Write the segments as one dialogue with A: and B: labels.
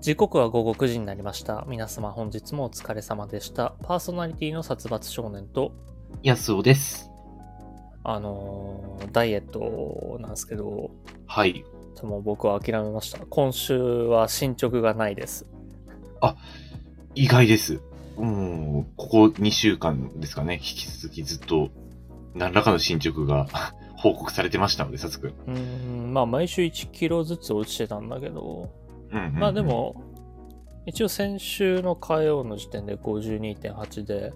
A: 時刻は午後9時になりました。皆様本日もお疲れ様でした。パーソナリティの殺伐少年と、
B: やすおです。
A: あのーダイエットなんですけど、
B: はい。
A: でも僕は諦めました。今週は進捗がないです。
B: 意外です。うん、ここ2週間ですかね、引き続きずっと、何らかの進捗が 報告されてましたので、さつくん。
A: うーん、まあ毎週1キロずつ落ちてたんだけど、
B: うんうんうん
A: まあで、も、一応先週の火曜の時点で52.8で、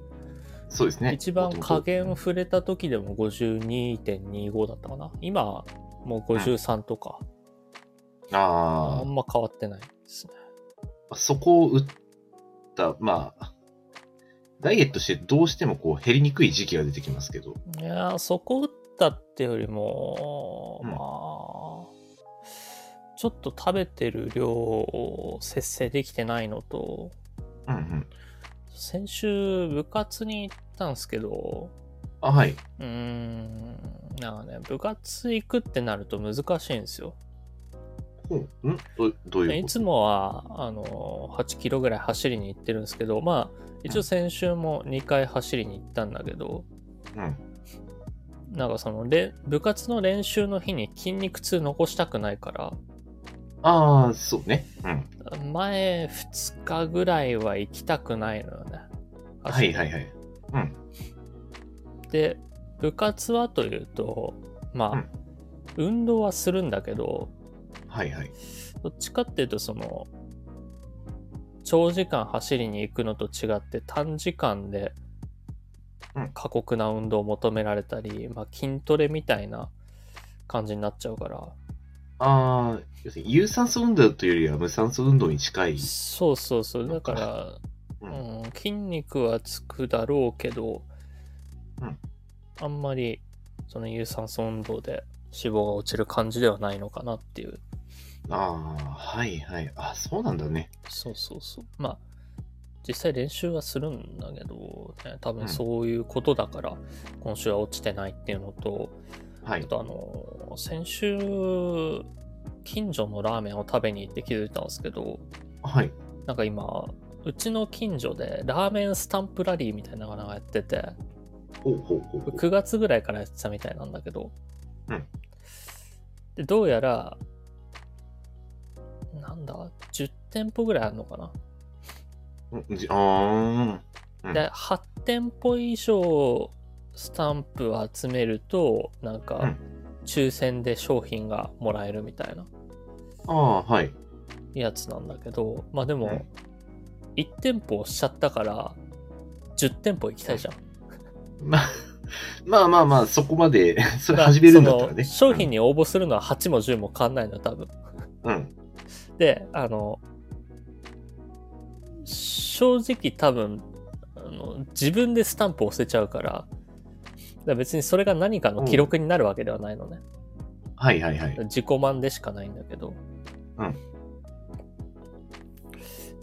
B: そうですね。
A: 一番加減触れた時でも52.25だったかな今もう53とか、あ
B: あ
A: んま変わってないですね
B: あ、そこを打った、まあ、ダイエットしてどうしてもこう減りにくい時期が出てきますけど、
A: いやーそこ打ったってよりも、
B: うん
A: まあちょっと食べてる量を節制できてないのと
B: うんうん。
A: 先週部活に行ったんですけど
B: あ、はい。
A: うーんなんかね部活行くってなると難しいんですよ
B: ほう、んどどういうこと
A: いつもはあの8キロぐらい走りに行ってるんですけどまあ一応先週も2回走りに行ったんだけど
B: うん。
A: なんかそのれ部活の練習の日に筋肉痛残したくないか
B: ああ、そうね。うん。
A: ら前2日ぐらいは行きたくないのよね。
B: はいはい
A: い、
B: はい。
A: で部活はというとまあ、
B: うん
A: 運動はするんだけど
B: はいはい。
A: どっちかっていうとその長時間走りに行くのと違って短時間で
B: うん
A: 過酷な運動を求められたり、まあ、筋トレみたいな感じになっちゃうから
B: ああ、要するに有酸素運動というよりは無酸素運動に近い。
A: そうそうそうだから、
B: う
A: うんん、筋肉はつくだろうけど、
B: うん
A: あんまりその有酸素運動で脂肪が落ちる感じではないのかなっていう
B: ああ、はいはい。あそうなんだね。
A: そうそうそう。まあ、実際練習はするんだけど、ね、多分そういうことだから、今週は落ちてないっていうのと、
B: は
A: あ
B: い。
A: とあのー、先週、近所のラーメンを食べに行って気づいたんですけど、
B: はい。
A: なんか今、うちの近所でラーメンスタンプラリーみたいなのがやってて、
B: ほうほうほうほう。
A: 9月ぐらいからやってたみたいなんだけど、
B: うん
A: でどうやらなんだ10店舗ぐらいあるのかな
B: うんじあーうん
A: で8店舗以上スタンプを集めるとなん
B: う
A: か
B: ん
A: 抽選で商品がもらえるみたいな
B: あー、はい。
A: やつなんだけどまあで
B: うん
A: も1店舗押しちゃったから10店舗行きたいじゃん。
B: ま あ、まあまあまあ、そこまで、 そ
A: だ
B: れ
A: から
B: 始めるんだったらね。
A: その商品に応募するのは8も10も変わんないのよ多分。
B: うん。うん。
A: であの正直多分あの自分でスタンプ押せちゃうからだから別にそれが何かの記録になるわけではないのね、
B: はいはいはい。
A: 自己満でしかないんだけど、
B: うん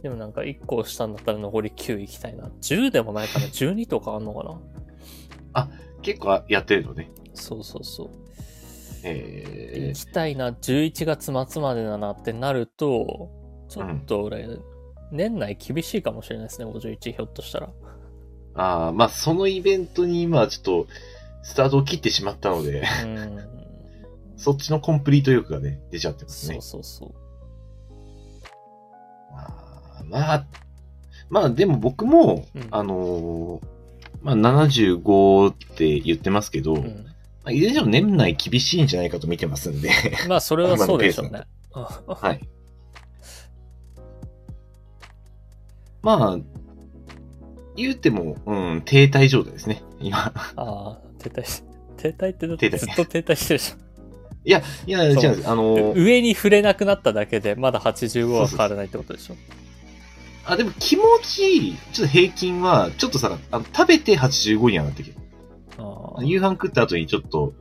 A: でもなんか1個押したんだったら残り9行きたいな10でもないかな12とかあんのかな
B: 結構やってるのね。
A: そうそうそう
B: え
A: 行きたいな11月末までだなってなるとちょっと俺、年内厳しいかもしれないですね51ひょっとしたら
B: ー、ああ、まあ、そのイベントに今、ちょっと、スタートを切ってしまったので、
A: うん
B: そっちのコンプリート欲がね、出ちゃってます
A: そ
B: ね
A: う。そうそう。
B: あーまあ、まあでも僕も、
A: うん
B: あのーまあ75って言ってますけど、
A: うん、
B: まあ、いずれにしても年内厳しいんじゃないかと見てますんで、
A: まあ、それはそうでしょうね。
B: はい。まあ、言うても、うん、停滞状態ですね、今。
A: ああ、停滞し、停滞ってだっ
B: 停
A: て
B: 滞
A: ずっと停滞してるじ
B: いや、いや、違うんです。あ
A: ゃ
B: の
A: ん。
B: ー
A: 上に触れなくなっただけで、まだ85は変わらないってことでしょ。
B: あ、でも気持ち、ちょっと平均は、ちょっとさ、あの食べて85にはなってきて
A: ああ
B: 夕飯食った後にちょっと、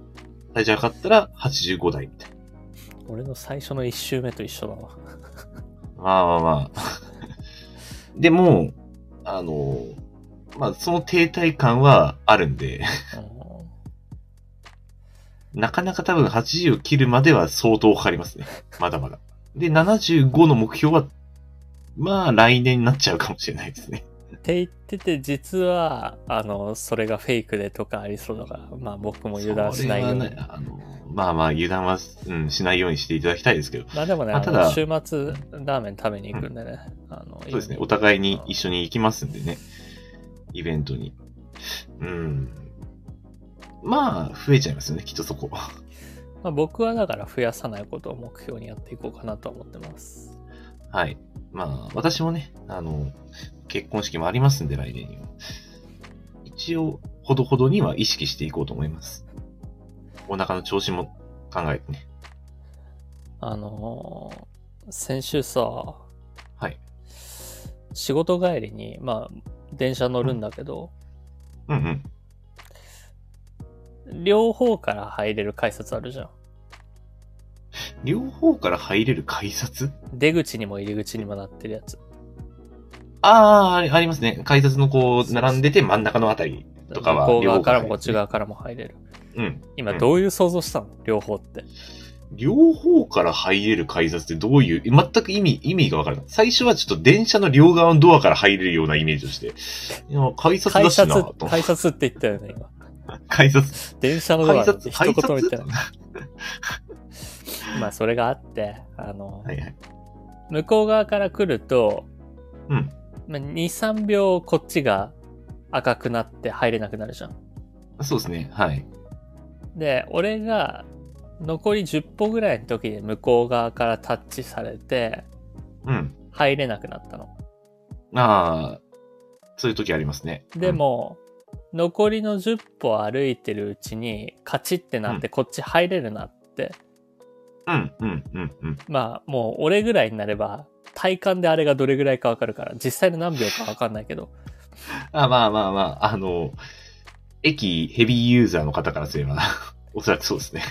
B: 体重測ったら85台みたいな。
A: 俺の最初の1周目と一緒だわ。
B: まあまあまあ。 でも、あの、まあ、その停滞感はあるんで、 なかなか多分80を切るまでは相当かかりますね。まだまだ。で、75の目標はまあ、来年になっちゃうかもしれないですね。
A: って言ってて、実は、あの、それがフェイクでとかありそうだから、まあ僕も油断しないよう
B: それは
A: に
B: ね。あのまあまあ、油断は、うん、しないようにしていただきたいですけど、
A: まあでもね、
B: あ
A: あ
B: た
A: の
B: だ
A: 週末ラーメン食べに行くんでね。あの
B: そうですね、お互いに一緒に行きますんでね、イベントに。うん。まあ、増えちゃいますよね、きっとそこ。
A: まあ、僕はだから増やさないことを目標にやっていこうかなとは思ってます。
B: はい。まあ、私もね、あの、結婚式もありますんで、来年には。一応、ほどほどには意識していこうと思います。お腹の調子も考えてね。
A: あのー先週さ、
B: はい。
A: 仕事帰りに、まあ、電車乗るんだけど、
B: うんうん。
A: 両方から入れる改札あるじゃん。
B: 両方から入れる改札
A: 出口にも入り口にもなってるやつ。
B: ああ、ありありますね。改札のこ
A: そう
B: う、
A: そう
B: 並んでて真ん中のあたり。とかは
A: 向こう側からも
B: 両方から入る
A: こっち側からも入れる。
B: うん。
A: 今
B: うん
A: どういう想像したの、両方って。
B: 両方から入れる改札ってどういう、全く意味、意味がわからない。最初はちょっと電車の両側のドアから入れるようなイメージをして。いや改札だ
A: 改
B: しな
A: 札
B: と、思って。
A: 改札って言ったよね、今。
B: 改札。
A: 電車のドアなんて一言も言ってない。まあ、それがあって、あの、
B: はいはい。
A: 向こう側から来ると、
B: うん
A: まあ、23秒こっちが赤くなって入れなくなるじゃん
B: そうですね。はい。
A: で俺が残り10歩ぐらいの時に向こう側からタッチされて
B: うん。
A: 入れなくなったの
B: ああ、そういう時ありますね。
A: でも、残りの10歩歩いてるうちにカチッてなってこっち入れるなって、
B: うん、うん、うん、うん。
A: まあもう俺ぐらいになれば体感であれがどれぐらいかわかるから実際の何秒かわかんないけど
B: あまあまあまあ、あの、駅ヘビーユーザーの方からすれば、 おそらくそうですね。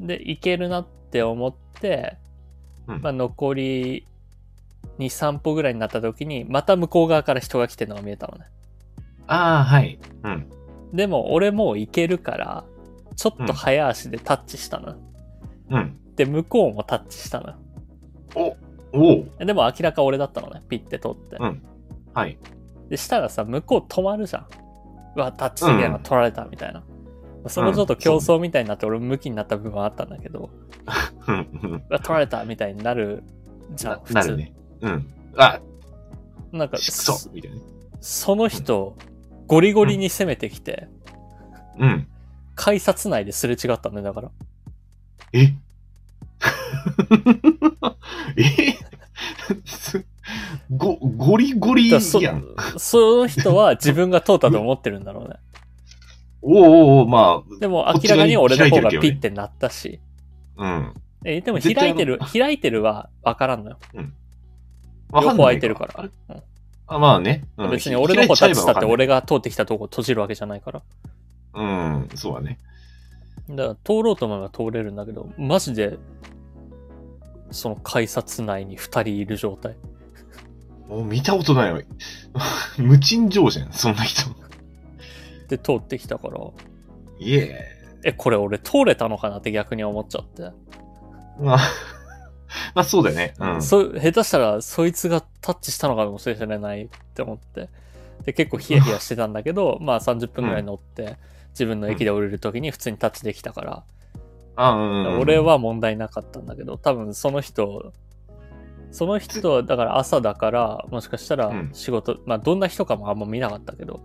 A: でいけるなって思って、
B: うん
A: まあ、残り23歩ぐらいになった時にまた向こう側から人が来てるのが見えたのね
B: ああ、はい。うん。
A: でも俺もういけるからちょっと早足でタッチしたの、
B: うん。
A: で向こうもタッチしたの
B: おう。
A: でも明らか俺だったのねピッて取って、
B: うんはい。
A: でしたらさ向こう止まるじゃんうわタッチできないの
B: うん
A: 取られたみたいな、そのちょっと競争みたいになって俺も向きになった部分はあったんだけど、
B: うんうん
A: うわ取られたみたいになるじゃん
B: な
A: 普通
B: なるね。うん。あ、
A: なんか
B: くそみたいなね。
A: その人、ゴリゴリに攻めてきて、
B: うん。
A: 改札内ですれ違ったんだよだから。
B: え えすご、ゴリゴリ
A: だそ
B: やん。
A: その人は自分が通ったと思ってるんだろうね。
B: おうおうおう、ま
A: でも明らかに俺の方がピッてなったし。
B: あ、うん。
A: え、でも
B: 絶対
A: 開い
B: あの
A: てる、開いてるは分からんのよ。
B: わ
A: 両
B: かん
A: 方
B: な
A: 開
B: い
A: いてるから。
B: あ、まあね。
A: う
B: うんん、
A: 別に俺の方タ
B: 開
A: ッ
B: い
A: チし
B: ちゃえ
A: たっ
B: ば
A: て
B: わ
A: 俺が通ってきたとこ閉じるわけじゃないから。
B: かんない。うん、そうだね。
A: だから通ろうと思えば通れるんだけど、マジで、その改札内に二人いる状態。
B: もう見たことないわ。 無賃乗じゃん、そんな人。
A: で通ってきたから、
B: いえ。
A: え、これ俺通れたのかなって逆に思っちゃって。
B: まあ、 まあそうだよね。うん。
A: そ下手したらそいつがタッチしたのかもしれないって思ってで結構ヒヤヒヤしてたんだけ どまあ30分ぐらい乗って自分の駅で降りる時に普通にタッチできたから、
B: あうんうんうん
A: 俺。は問題なかったんだけど多分その人その人はだから朝だからもしかしたら
B: うん
A: 仕事、まあどんな人かもあんま見なかったけど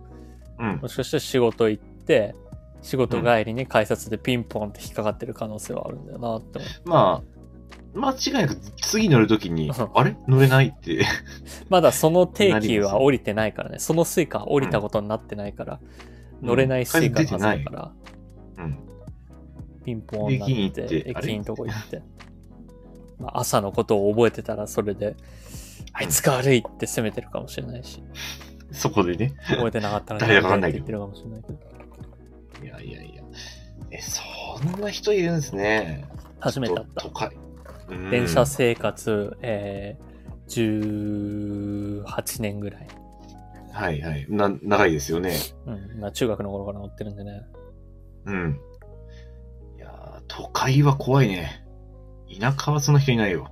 B: うん
A: も。しかしたら仕事行って仕事帰りに改札でピンポンって引っかかってる可能性はあるんだよなって思って
B: まあ、間違いなく次乗るときに、あれ乗れないって。
A: まだその定期は降りてないからね。そのスイカは降りたことになってないから、乗れないスイカのはずだから、
B: うん。
A: ピンポンになって、
B: 駅に行ってあれ
A: 駅員とこ行って。まあ、朝のことを覚えてたらそれで、あいつが悪いって責めてるかもしれないし、
B: そこでね。
A: 覚えてなかったら
B: 誰だかわかんない
A: って
B: け
A: 言
B: ど
A: ってるかもしれないけど、
B: いやいやいや。え、そんな人いるんですね。
A: 初めて会っ
B: ちょ
A: た
B: と。都会。うん
A: 電車生活、えー、18年ぐらい。
B: はいはい。な、長いですよね。
A: うん、まあ中学の頃から乗ってるんでね。
B: うん。いやー都会は怖いね。田舎はそんな人いないよ。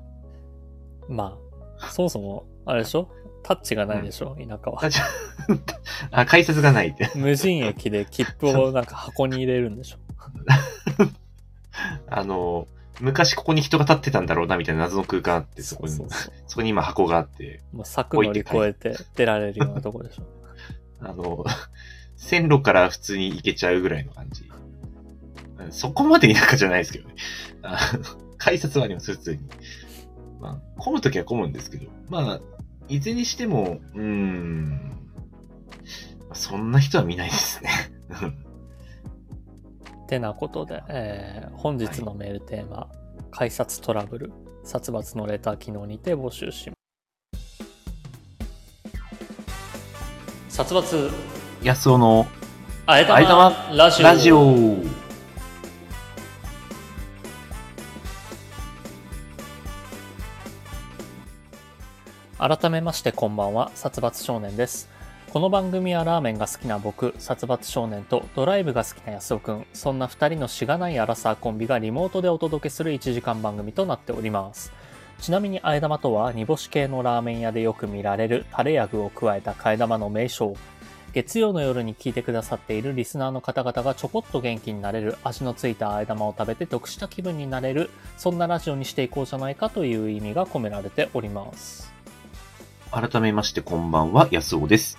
A: まあ、そもそも、あれでしょタッチがないでしょ、田舎は
B: あ、。じゃ あ、あ改札がないって。
A: 無人駅で切符をなんか箱に入れるんでしょ
B: あの、昔ここに人が立ってたんだろうな、みたいな謎の空間あって、そこに、そ
A: そう。
B: こに今箱があって、
A: もう柵乗り越えて出られるようなとこでしょ。
B: あの、線路から普通に行けちゃうぐらいの感じ。うんそこまで田舎じゃないですけどね。あ改札はあります、普通に。まあ、混むときは混むんですけど、まあ、いずれにしても、うーん、そんな人は見ないですね。
A: てなことで、えー本日のメールテーマ、改札トラブル、殺伐のレター機能にて募集します。殺伐、
B: 安尾の
A: あえた
B: あえた
A: まラジオ。
B: ラジオ
A: 改めましてこんばんは殺伐少年ですこの番組はラーメンが好きな僕殺伐少年とドライブが好きな安尾くんそんな2人のしがないアラサーコンビがリモートでお届けする1時間番組となっておりますちなみにあえ玉とは煮干し系のラーメン屋でよく見られるタレや具を加えた替え玉の名称月曜の夜に聞いてくださっているリスナーの方々がちょこっと元気になれる味のついたあえ玉を食べて得した気分になれるそんなラジオにしていこうじゃないかという意味が込められております
B: 改めましてこんばんは、安尾です。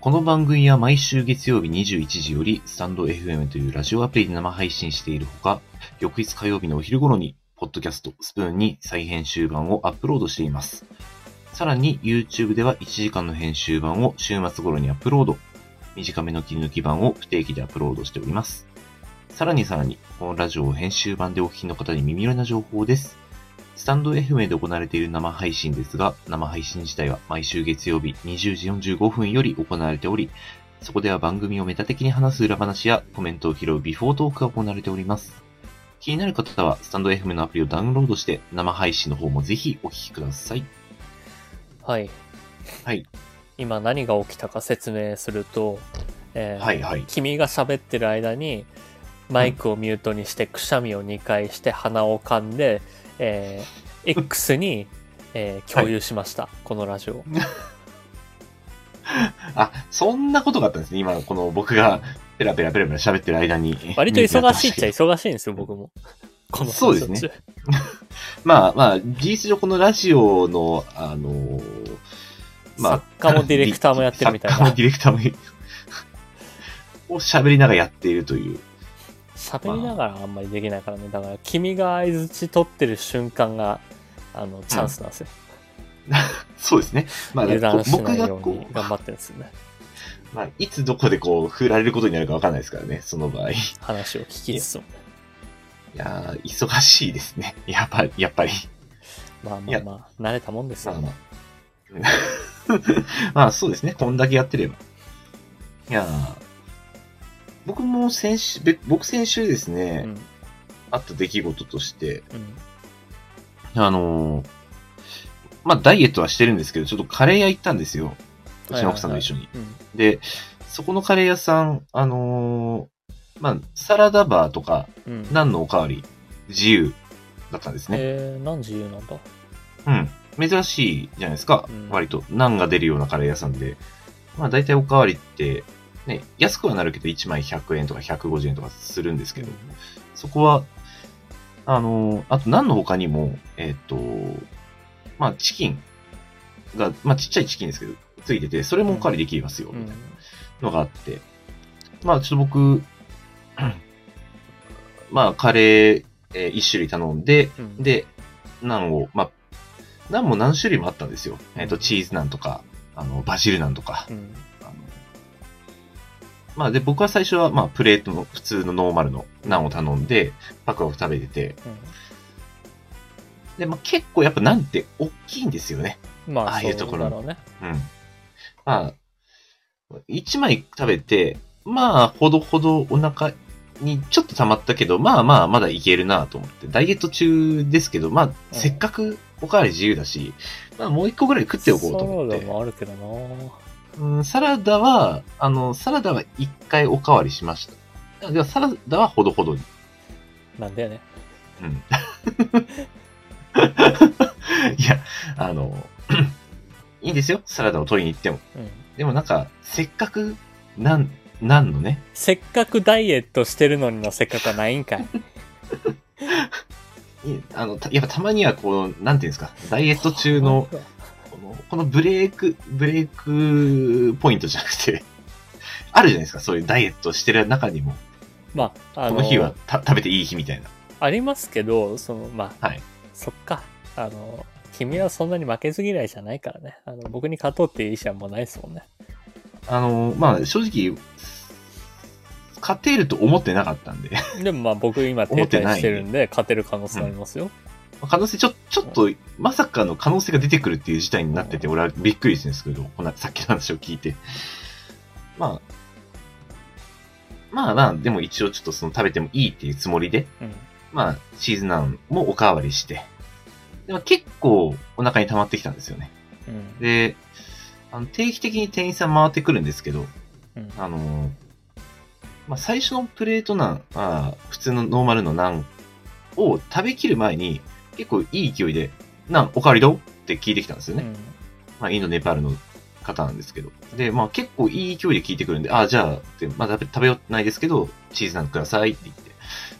B: この番組は毎週月曜日21時より、スタンド FM というラジオアプリで生配信しているほか、翌日火曜日のお昼頃に、ポッドキャスト、スプーンに再編集版をアップロードしています。さらに、YouTube では1時間の編集版を週末頃にアップロード。短めの切り抜き版を不定期でアップロードしております。さらにさらに、このラジオを編集版でお聞きの方に耳寄りな情報です。スタンド FM で行われている生配信ですが、生配信自体は毎週月曜日20時45分より行われており、そこでは番組をメタ的に話す裏話やコメントを拾うビフォートークが行われております。気になる方は、スタンド FM のアプリをダウンロードして、生配信の方もぜひお聞きください。
A: はい。
B: はい。
A: 今何が起きたか説明すると、えー
B: はいはい。
A: 君が喋ってる間にマイクをミュートにしてくしゃみを2回して鼻を噛んで、えー X に、えー共有しました、このラジオ。
B: あ、そんなことがあったんですね。今のこの僕がペラペラペラペラ喋ってる間に。
A: 割と忙しいっちゃ忙しいんですよ、僕も。この
B: そうですね
A: ラジオ中
B: まあまあ、事実上このラジオの、あのー
A: 作家もディレクターもやってるみたいな
B: 作家もディレクターもいる を喋りながらやっているという。
A: 喋りながらあんまりできないからね。だから君が相槌取ってる瞬間が、あの、チャンスなんですよ。
B: そうですね。まあ、
A: 油断しな
B: 僕
A: い
B: が
A: よう
B: こ
A: に頑張ってるんですよね。
B: う、まあ、いつどこでこう、振られることになるかわかんないですからね、その場合。い
A: 話を聞きつつもね。
B: やー忙しいですね。やっぱり、やっぱり。
A: まあ
B: い
A: まあ
B: や
A: まあ、慣れたもんです
B: ま
A: よ
B: あ。まあ。 まあ、そうですね。こんだけやってれば。いやー僕も先週、べ僕先週ですね、
A: うん
B: あった出来事として、
A: うん
B: あのーまあ、ダイエットはしてるんですけど、ちょっとカレー屋行ったんですよ。うちの奥さんと一緒に。
A: うん
B: で、そこのカレー屋さん、あのーまあ、サラダバーとか、
A: うん
B: 何のおかわり、自由だったんですね。
A: えー、何時言うなんだ
B: うん。珍しいじゃないですか。
A: うん
B: 割と、何が出るようなカレー屋さんで。まあ、大体おかわりって、ね、安くはなるけど、1枚100円とか150円とかするんですけど、そこは、あのーあと何の他にも、えっ、と、まあ、チキンが、まあ、ちっちゃいチキンですけど、ついてて、それもおかわりできますよ、
A: う
B: みたい
A: ん
B: な。のがあって、まあちょっと僕、 まあカレー、えー1種類頼んで、
A: うん、
B: で、ナンを、まあ、ナンも何種類もあったんですよ。えっ、
A: う
B: と、
A: ん
B: チーズナンとか、あの、バジルナンとか
A: う。ん、
B: あのまあで、僕は最初は、まあ、プレートの普通のノーマルのナンを頼んで、パクパク食べてて、で、まあ結構やっぱナンって大きいんですよね。
A: うんまあ、
B: ああいうところ
A: そうだろうね。
B: うん。まあ、1枚食べて、まあ、ほどほどお腹にちょっと溜まったけど、まあまあ、まだいけるなと思って、ダイエット中ですけど、まあ、せっかくおかわり自由だし、まあ、もう一個ぐらい食っておこうと思っ
A: サラ
B: て
A: ダ。もあるけどな。
B: うん、サラダは、あの、サラダは一回おかわりしました。では、サラダはほどほどに。
A: なんだよね。
B: うん。いや、あの、いいですよ、サラダを取りに行っても。
A: うん
B: でもなんか、せっかく、なん、なんのね、
A: せっかくダイエットしてるのにのせっかくはないんか い
B: いあの、たやっぱたまにはこう、なんていうんですか、ダイエット中の、このこのブレイク、ブレイクポイントじゃなくて、 あるじゃないですか、そういうダイエットしてる中にも、
A: まああ
B: こ
A: の
B: の日はた食べていい日みたいな。
A: ありますけどそのまあ、
B: はい
A: そっかあの君はそんなに負けず嫌いじゃないからねあの僕に勝とうっていう意思はもうないですもんね
B: あの、まあ、正直、勝てると思ってなかったんで、
A: でもまあ僕今停
B: 思って
A: 滞
B: ない
A: してるんで勝てる可能性ありますよ、
B: 可能性、ちょ、ちょっと、まさかの可能性が出てくるっていう事態になってて、俺はびっくりしてるんですけど、こんな、さっきの話を聞いて。まあ、まあまあ、でも一応ちょっとその食べてもいいっていうつもりで、
A: うん
B: まあ、シーズナンもおかわりして、でも結構お腹に溜まってきたんですよね。
A: うん
B: で、あの定期的に店員さん回ってくるんですけど、
A: うん
B: あのーまあ、最初のプレートなん、あー普通のノーマルのナンを食べきる前に、結構いい勢いで、ナンおかわりどうって聞いてきたんですよね。まあ、インド、ネパールの方なんですけど。で、まあ結構いい勢いで聞いてくるんで、ああ、じゃあって、まだ食べようないですけど、チーズナンくださいって言って、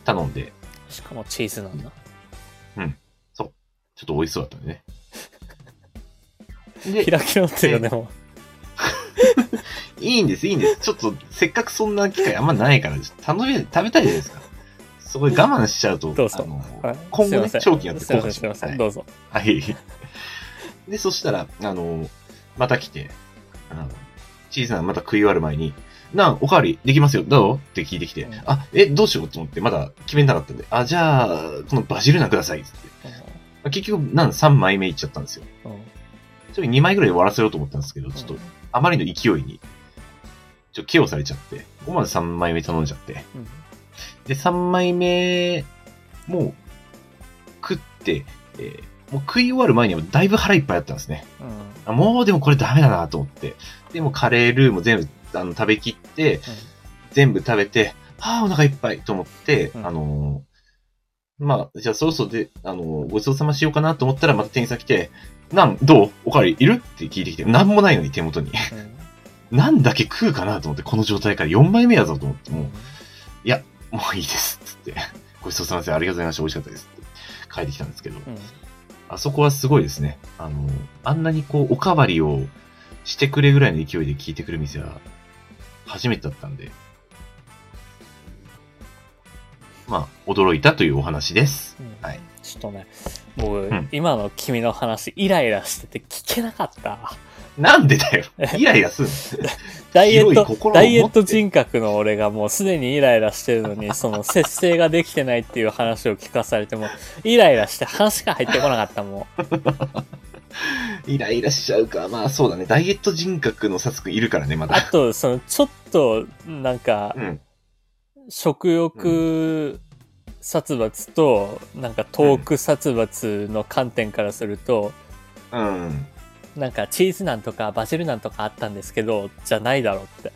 B: 頼んで、
A: しかもチーズなんだ
B: ちょっと美味しそうだったんで ね。で
A: 開き直ってるよでも
B: いいんです、いいんです。ちょっと、せっかくそんな機会あんまないから、頼み、食べたいじゃないですか。そこで我慢しちゃう と、
A: どうぞ
B: あの
A: はいすい
B: 今後
A: ま
B: ね
A: せん、
B: 長期やって
A: すいません
B: 後悔
A: す
B: し
A: いま
B: ます。
A: せ
B: は
A: ん
B: い
A: ど。うぞ
B: はい。で、そしたら、あの、また来て、あの、チーズナンまた食い終わる前に、なん、おかわりできますよ、どうって聞いてきて、
A: うん
B: あ、え、どうしようと思って、まだ決めなかったんで、あ、じゃあ、このバジルナンください、つって。結局、なん、3枚目いっちゃったんですよ。
A: うんうん
B: ちょっと2枚ぐらいで終わらせようと思ったんですけど、ちょっとあまりの勢いに、ちょ、ケをされちゃって、ここまで3枚目頼んじゃって。
A: うん
B: で、3枚目、もう、食って、えーもう食い終わる前にはだいぶ腹いっぱいだったんですね。
A: うんうん
B: あもうでもこれダメだなと思って。で、もうカレールーも全部あの食べきって、全部食べて、ああ、お腹いっぱいと思って、
A: うん
B: あのーまあ、じゃあそろそろで、あのーごちそうさましようかなと思ったら、また店員さん来て、なん、どうおかわりいるって聞いてきて、なんもないのに手元に。
A: うん
B: なんだけ食うかなと思って、この状態から4枚目やぞと思って、もう、もういいです、つって。ごちそうさまでした。ありがとうございました。美味しかったです。って帰ってきたんですけど、
A: うん
B: あそこはすごいですね。あの、あんなにこう、おかわりをしてくれぐらいの勢いで聞いてくる店は、初めてだったんで、まあ、驚いたというお話です。
A: うん
B: はい
A: ちょっとね僕、
B: ん
A: 今の君の話イライラしてて聞けなかった
B: なんでだよ。イライラすんの
A: ダイエッ
B: 広い
A: ト
B: 心を持って
A: ダイエット人格の俺がもうすでにイライラしてるのにその節制ができてないっていう話を聞かされてもイライラして話が入ってこなかったも
B: イライラしちゃうか。まあ、そうだね。ダイエット人格のサツくんいるからね、ま
A: んあ
B: だ。
A: とそのちょっとなんか
B: うん。
A: 食欲殺伐となんかトーク殺伐の観点からすると、
B: うん。
A: なんかチーズなんとかバジルなんとかあったんですけどじゃないだろうって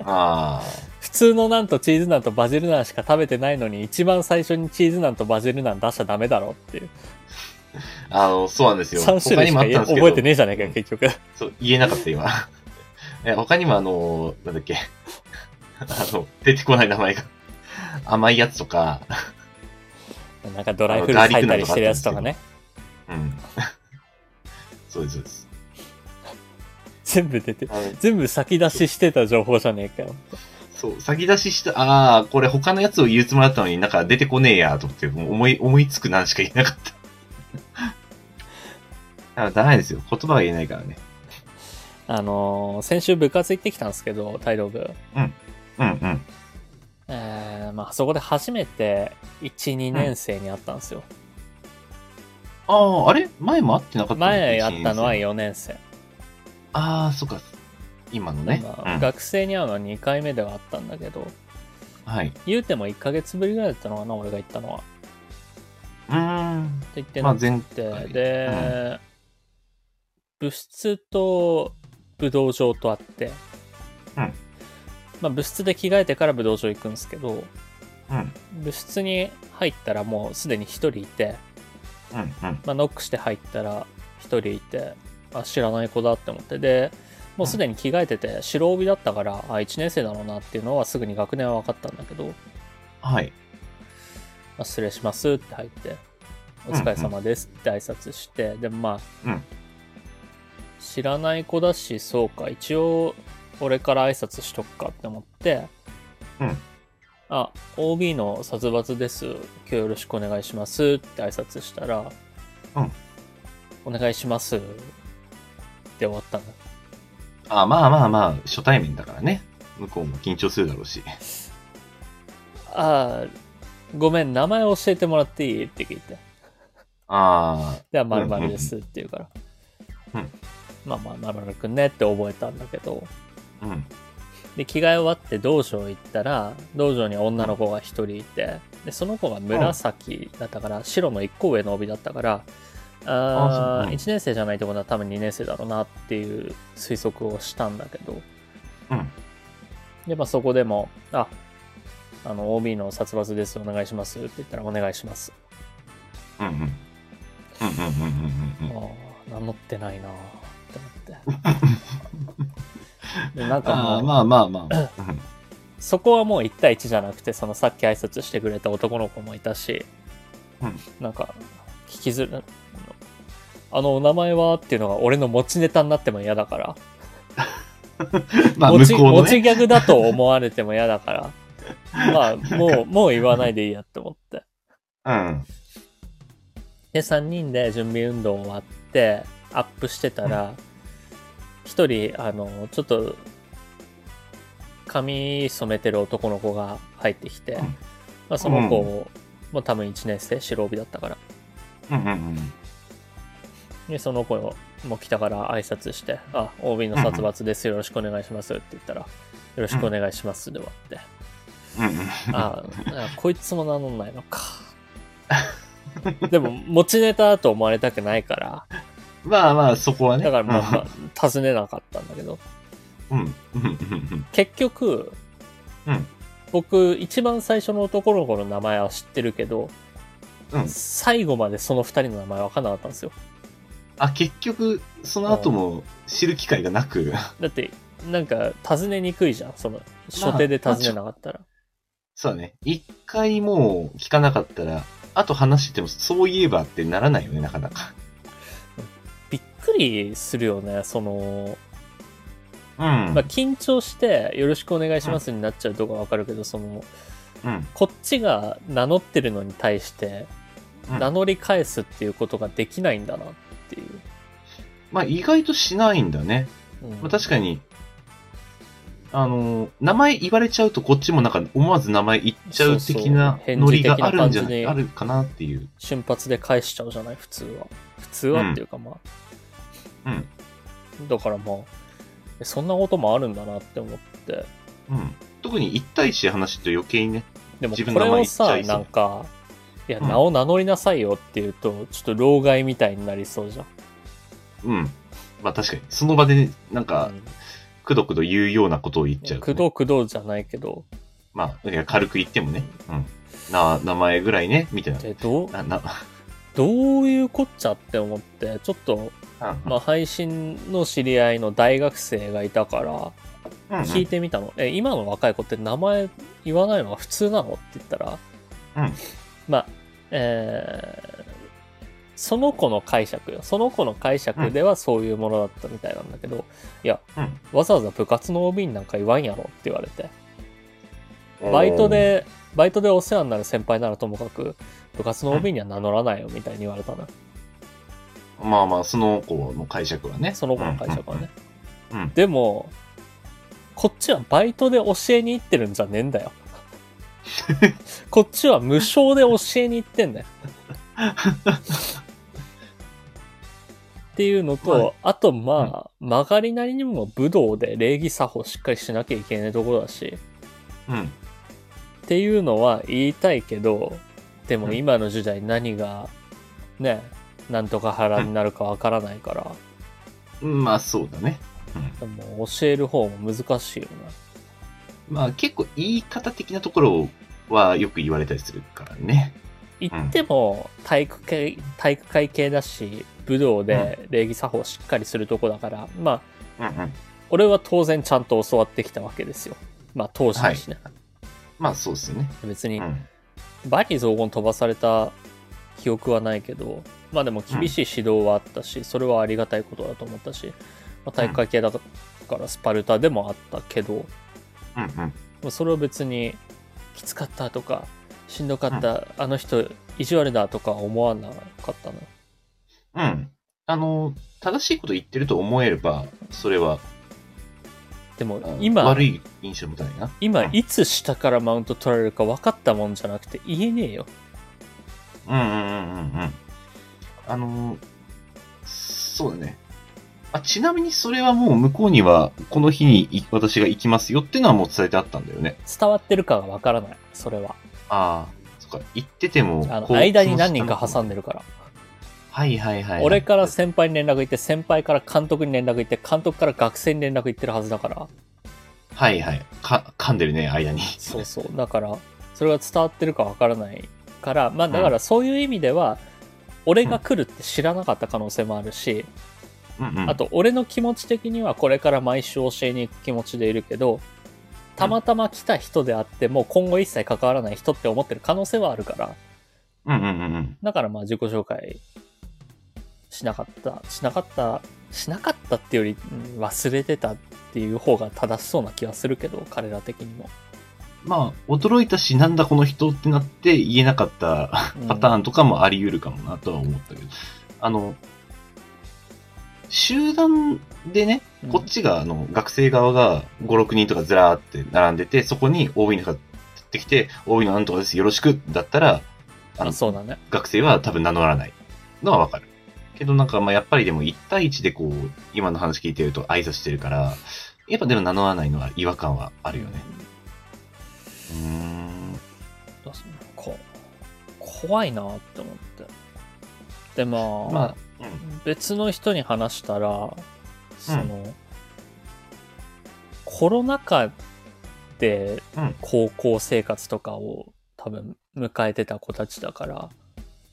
B: ああ。
A: 普通のなんとチーズナンとバジルナンしか食べてないのに一番最初にチーズナンとバジルナン出しちゃダメだろっていう
B: あの、そうなんですよ。
A: 3種類しか
B: 他にもあったんですけど
A: 覚えてねえじゃねえかよ
B: うん
A: 結局
B: そう、言えなかっ た、今。え他にもあの、なんだっけ。あの、出てこない名前が。甘いやつとか、
A: なんかドライフルーツ入ったりしてるやつとかね
B: うん。そうです、そうです。
A: 全部出て
B: あの、
A: 全部先出ししてた情報じゃねえかよ
B: そう、先出しした、ああ、これ他のやつを言うつもりだったのになんか出てこねえや、と思って、もう思い、思いつくなんしか言えなか った。あダメですよ。言葉が言えないからね。
A: あのー先週部活行ってきたんですけど体動部
B: うんうん。
A: えー、まあそこで初めて12年生に会ったんですよ、
B: ああ、あれ前も会ってなかった
A: 前会ったのは
B: 一年生
A: 4年生
B: ああ、そっか。今のね。
A: ま
B: う
A: あ
B: ん、
A: 学生に会うのは2回目ではあったんだけど
B: はい。
A: 言うても1ヶ月ぶりぐらいだったのかな俺が行ったのはって
B: うーん。
A: 言って
B: まあ
A: なく
B: 前
A: て、
B: 回
A: で、部室と武道場とあって、
B: うん
A: まあ、部室で着替えてから武道場行くんですけど
B: うん。
A: 部室に入ったらもうすでに1人いて、
B: うん。うん。
A: まあ、ノックして入ったら1人いてあ知らない子だって思ってでもうすでに着替えてて白帯だったからあ1年生だろうなっていうのはすぐに学年は分かったんだけど
B: はい。
A: 「あ失礼します」って入って「お疲れ様です」って挨拶して、でもまあ、
B: うん
A: 知らない子だしそうか一応俺から挨拶しとくかって思って「
B: うん
A: あ OB の殺伐です今日よろしくお願いします」って挨拶したら「
B: うん
A: お願いします」って終わったんだ
B: あまあまあまあ、初対面だからね。向こうも緊張するだろうし。
A: ああごめん名前教えてもらっていいって聞いて
B: ああ、
A: では、まるまるですって言うから。
B: うん
A: まあまあ、まるまるくんねって覚えたんだけど。
B: うん。
A: で、着替え終わって道場行ったら、道場に女の子が一人いて、で、その子が紫だったから、白の一個上の帯だったから、あ
B: あそうう
A: あ、
B: ん
A: 1年生じゃないってことは多分2年生だろうなっていう推測をしたんだけど、
B: うん。
A: で、まあそこでも、あ、あの、OB の殺伐です、お願いしますって言ったら、お願いします。
B: うんうん。うんうんうんうんうんうん。
A: ああ、名乗ってないなあって思 って。でなんかも
B: ああ、
A: う、
B: まあまあまあ。うん
A: そこはもう1対1じゃなくて、そのさっき挨拶してくれた男の子もいたし、
B: うん
A: なんか、聞きづら、あの、お名前はっていうのが俺の持ちネタになっても嫌だから、
B: まあ、
A: 持
B: 向
A: ち
B: こうの
A: 持ち
B: ね。
A: ギャグだと思われても嫌だから、まあ、 もう、もう言わないでいいやって思って。
B: うん。
A: で、3人で準備運動終わって、アップしてたら、一人、あの、ちょっと、髪染めてる男の子が入ってきて、
B: うん
A: まあ、その子も、まあ、多分1年生、白帯だったから。
B: うんうん
A: で、その子も来たから挨拶して、あ、OB の殺伐です、よろしくお願いしますって言ったら、よろしくお願いしますで終わって、
B: うん。うんうん。
A: ああ、こいつも名乗んないのか。でも、持ちネタだと思われたくないから、
B: まあまあ、そこはね。
A: だからまあ、
B: あ。
A: まあ、尋ねなかったんだけど、
B: うん。うんうんうん
A: 結局、
B: うん
A: 僕、一番最初の男の子の名前は知ってるけど、
B: うん
A: 最後までその二人の名前分かんなかったんですよ。
B: あ、結局、その後も知る機会がなく、
A: だって、なんか、尋ねにくいじゃん。その、初手で尋ねなかったら。
B: そうだね。一回もう聞かなかったら、あと話してても、そういえばってならないよね、なかなか。
A: びっくりするよね。その、
B: うん。
A: まあ、緊張して、よろしくお願いしますになっちゃうとかわかるけど、その、
B: うん。
A: こっちが名乗ってるのに対して、
B: うん
A: 名乗り返すっていうことができないんだなっていう。
B: まあ、意外としないんだね。
A: うん
B: まあ、確かに、あのー、名前言われちゃうと、こっちもなんか思わず名前言っちゃう
A: そうそう
B: 的なノリがあるんじゃ
A: 返事
B: ない
A: 的な
B: あ
A: 感じ
B: るかなっていう。
A: 瞬発で返しちゃうじゃない普通は普通はっていうかまあ
B: うん
A: だからまあえそんなこともあるんだなって思って
B: うん。特に一対一で話してると余計にね。
A: でも
B: 自分
A: こ
B: の
A: れ
B: 名
A: を
B: 前言っち
A: さ
B: ゃいそう
A: なんかいや
B: うん
A: 名を名乗りなさいよっていうとちょっと老害みたいになりそうじゃん、
B: うん。まあ確かに、その場で、ね、なんか
A: う、ん
B: くどくど言うようなことを言っちゃうと
A: く
B: ね、
A: どくどじゃないけど
B: まあ、いや軽く言ってもね。うん。な、名前ぐらいね、みたいな。
A: でどう
B: な、な、
A: どういうこっちゃって思ってちょっと、まあ、配信の知り合いの大学生がいたから
B: うんうん
A: 聞いてみたの、え今の若い子って名前言わないのが普通なのって言ったら、
B: うん
A: まあえーその子の解釈よその子の解釈ではそういうものだったみたいなんだけど、いや、
B: うん
A: わざわざ部活の OB になんか言わんやろって言われてバイト、でバイトでお世話になる先輩ならともかく部活の OB には名乗らないよみたいに言われたのよ、
B: おーまあまあ、その子の解釈はね。
A: その子の解釈はね、
B: うんうんうん。
A: でもこっちはバイトで教えに行ってるんじゃねえんだ よこっちは無償で教えに行ってんだよっていうのと、
B: は
A: あとまあ、曲がりなりにも武道で礼儀作法しっかりしなきゃいけないところだし
B: うん。うん
A: っていうのは言いたいけどで
B: う
A: も
B: ん
A: 今の時代何がねなんとか腹になるかわからないから、
B: うん。まあ、そうだね。うん。
A: でも教える方も難しいよな
B: まあ、結構言い方的なところはよく言われたりするからね。
A: 行っても体育会、体育会系だし、武道で礼儀作法しっかりするとこだから、まあ
B: うんうん。
A: 俺は当然ちゃんと教わってきたわけですよまあ当時だしね、
B: まあそうですね。
A: 別に
B: うん。
A: バリ雑言飛ばされた記憶はないけど、まあでも厳しい指導はあったし、それはありがたいことだと思ったし、まあ、体育会系だからスパルタでもあったけど、
B: うんうん。
A: まあそれは別にきつかったとか、しんどかった、あの人意地悪だとか思わなかったの。
B: うん。あの、正しいこと言ってると思えれば、それは、
A: でも
B: あの
A: 今
B: 悪、い印象もたないな。
A: 今いつ下からマウント取られるか分かったもんじゃなくて言えねえよ。
B: うんうんうんうんうん。あの、そうだね。あちなみにそれはもう向こうには、この日にい私が行きますよってのはもう伝えてあったんだよね。
A: 伝わってるかが分からない、それは。
B: ああ、そっか、行ってても
A: あ、の
B: こう
A: 間に何人か挟
B: で。
A: んでるから。
B: はいはいはいはい。
A: 俺から先輩に連絡行って先輩から監督に連絡行って監督から学生に連絡行ってるはずだから
B: はいはい。か、噛んでるね、間に。
A: そうそうだからそれが伝わってるかわからないからまあだからそういう意味では俺が来るって知らなかった可能性もあるし
B: うんうん。
A: あ、と俺の気持ち的にはこれから毎週教えに行く気持ちでいるけどたまたま来た人であってもう今後一切関わらない人って思ってる可能性はあるから
B: うんうんうんうん。
A: だからまあ自己紹介しなかった、しなかった、しなかったっていうより、うん忘れてたっていう方が正しそうな気はするけど、彼ら的にも。
B: まあ、驚いたし、なんだこの人ってなって言えなかった
A: うん
B: パターンとかもあり得るかもなとは思ったけど。あの、集団でね、こっちが、あの、学生側が5、6人とかずらーって並んでて、そこに OB の人が出てきて、OB のなんとかです、よろしくだったら、
A: うん
B: あ
A: あ
B: の、
A: そうだね。
B: 学生は多分名乗らないのはわかる。けどなんかまあやっぱりでも1対1でこう、今の話聞いてると挨拶してるから、やっぱでも名乗らないのは違和感はあるよね。うーん。
A: どうすんのこ怖いなって思って。で、まあ、
B: まあ、うん。
A: 別の人に話したら、その、コロナ禍で
B: うん
A: 高校生活とかを多分迎えてた子たちだから、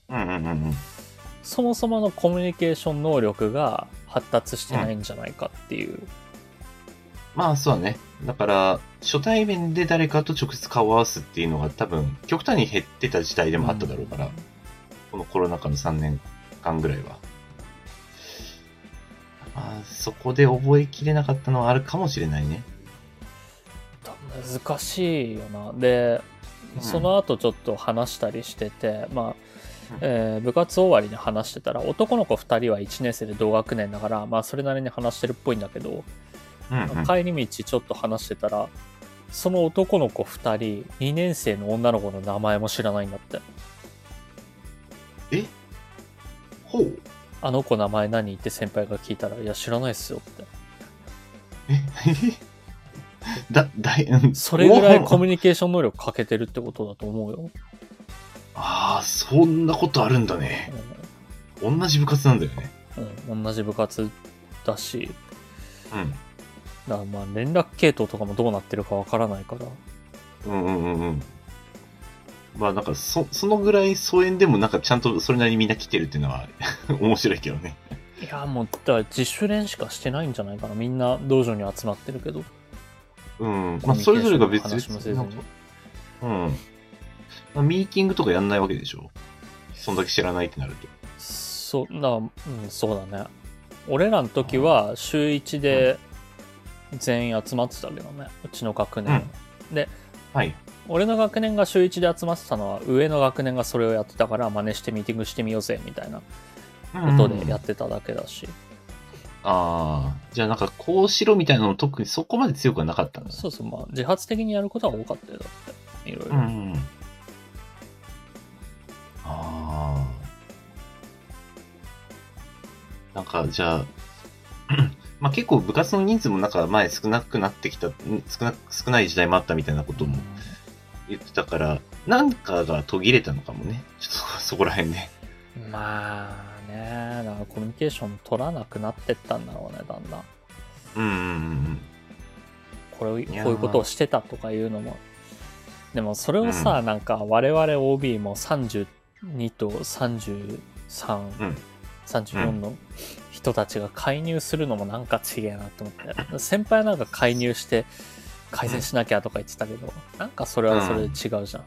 B: うんうんうんうん。
A: そもそものコミュニケーション能力が発達してないんじゃないかっていう、
B: まあそうだね。だから、初対面で誰かと直接顔を合わすっていうのが多分、極端に減ってた時代でもあっただろうから、このコロナ禍の3年間ぐらいは。まあ、そこで覚えきれなかったのはあるかもしれないね。
A: 難しいよなで、
B: うん
A: その後ちょっと話したりしててまあ
B: うん
A: えー部活終わりに話してたら男の子2人は1年生で同学年だからまあそれなりに話してるっぽいんだけど、
B: うん、うん。
A: 帰り道ちょっと話してたらその男の子2人2年生の女の子の名前も知らないんだって
B: えほう
A: あの子名前何って先輩が聞いたらいや知らないっすよって
B: えだ、だい、うん
A: それぐらい
B: お
A: コミュニケーション能力欠けてるってことだと思うよ。
B: ああ、そんなことあるんだね。同じ部活なんだよね。
A: うん、うん同じ部活だし、
B: うん。
A: だからまあ連絡系統とかもどうなってるかわからないから、
B: うんうんうんうん。まあなんかそ、そのぐらい疎遠でもなんかちゃんとそれなりにみんな来てるっていうのは 面白いけどね。
A: いやもうだから自主練しかしてないんじゃないかな。みんな道場に集まってるけど、
B: うん。
A: コ
B: まあ
A: ミュニケーション
B: それぞれが別
A: の話もせずに
B: 々なんかうん。まあ、ミーティングとかやんないわけでしょそんだけ知らないってなると。
A: そな、うん、そうだね。俺らの時は週1で全員集まってたけどね、うちの学年。
B: はい。
A: 俺の学年が週1で集まってたのは上の学年がそれをやってたから真似してミーティングしてみようぜみたいなことでや
B: あ
A: ってただけだし、
B: あー。じゃあなんかこうしろみたいなの特にそこまで強くはなかったんだね。
A: そうそうまあ自発的にやることが多かったよだっていろいろ、
B: うん。ああ。なんか、じ ゃあ、まあ結構部活の人数もなんか前少なくなってきた、ん少な少ない時代もあったみたいなことも言ってたから、なんかが途切れたのかもね。ちょっとそこ ら辺ね。
A: うんまあねだからコミュニケーション取らなくなってったんだろうねだんだん
B: うんうんうん
A: これをこうい
B: やー
A: うことをしてたとかいうのもでもそれをさ、なんか我々 OB も32と33、
B: うん
A: 34の人たちが介入するのもなんかちげえなと思って先輩なんか介入して改善しなきゃとか言ってたけどなんかそれはそれで違うじゃん、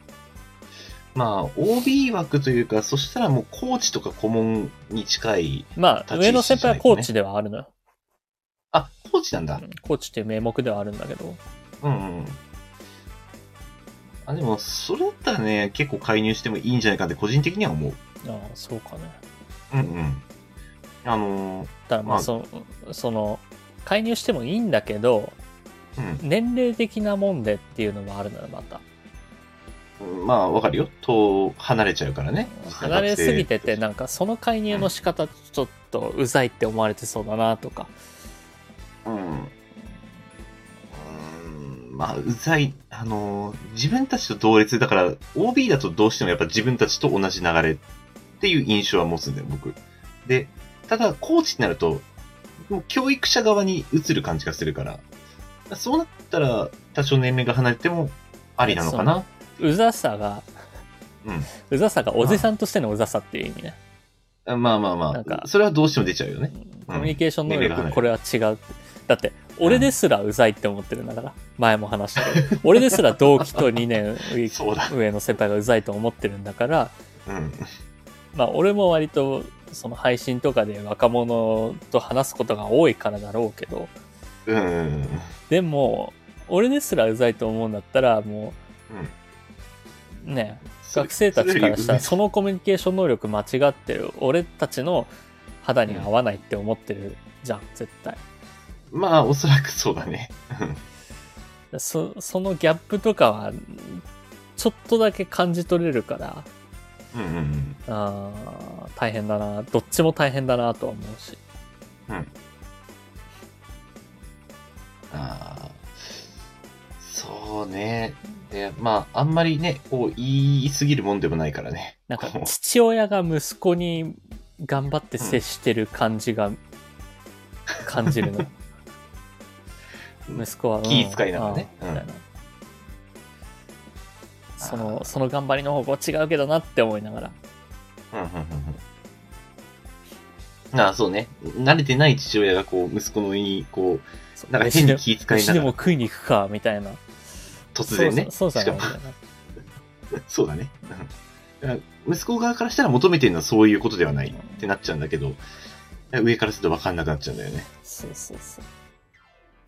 B: まあ、OB 枠というか、そしたらもうコーチとか顧問に近い。
A: まあ
B: 立ち位置
A: 上の先輩はコーチではあるのよ、
B: あ、コーチなんだ。
A: うんコーチっていう名目ではあるんだけど
B: うんうん。あ、でも、それだったらね、結構介入してもいいんじゃないかって個人的には思う。
A: ああそうかね
B: うんうん。あのー
A: だからま
B: ま
A: あ
B: あ
A: そその介入してもいいんだけど
B: うん
A: 年齢的なもんでっていうのもあるのよまた
B: うん、まあ、わかるよ。と、離れちゃうからね。
A: 離れすぎててな
B: な。
A: んかその介入の仕方ちょっとうざいって思われてそうだなとか
B: うん。うーんまあ、うざい。あのー自分たちと同列だから、OB だとどうしてもやっぱ自分たちと同じ流れっていう印象は持つんだよ、僕。で、ただ、コーチになると、もう教育者側に移る感じがするから、そうなったら、多少年齢が離れてもありなのかな。
A: うざさが
B: うん
A: うざさがおじさんとしてのうざさっていう意味ね
B: あまあまあま
A: なんか
B: あ、それはどうしても出ちゃうよね。
A: コミュニケーション能
B: 年齢が離れ
A: 力
B: る
A: これは違うだって俺ですらうざいって思ってるんだから前も話したけど俺ですら同期と2年上
B: そうだ。
A: 上の先輩がうざいと思ってるんだから
B: うん。
A: まあ俺も割とその配信とかで若者と話すことが多いからだろうけど
B: うんうんうん。
A: でも俺ですらうざいと思うんだったらも
B: うん
A: うね学生たちからしたらそのコミュニケーション能力間違ってる俺たちの肌に合わないって思ってるじゃん絶対
B: まあ、おそらくそうだね。うん
A: そそのギャップとかはちょっとだけ感じ取れるから
B: うんうんうん。
A: あー大変だなどっちも大変だなとは思うし
B: ああ、そうね。で、まあ、あんまりね、こう、言いすぎるもんでもないからね。
A: なんか
B: こう
A: 父親が息子に頑張って接してる感じが感じる の
B: うん
A: 息子は、うん
B: 気遣いながらね
A: あー
B: うん
A: みたいなそのその頑張りの方向違うけどなって思いながら
B: うんうんうんうん。ああ、そうね。慣れてない父親が、こう、息子のに、こう、
A: そう
B: なんか変に
A: 飯
B: 気
A: で
B: 遣い
A: 飯
B: な
A: で
B: が
A: も
B: ら、
A: 食いに行くかみたいな
B: 突然ね。
A: そうそうそう
B: し
A: じゃ
B: か
A: な
B: も
A: いんだよな
B: そうだね。うん息子側からしたら求めてるのはそういうことではないってなっちゃうんだけど、上からすると分かんなくなっちゃうんだよね。
A: そうそうそう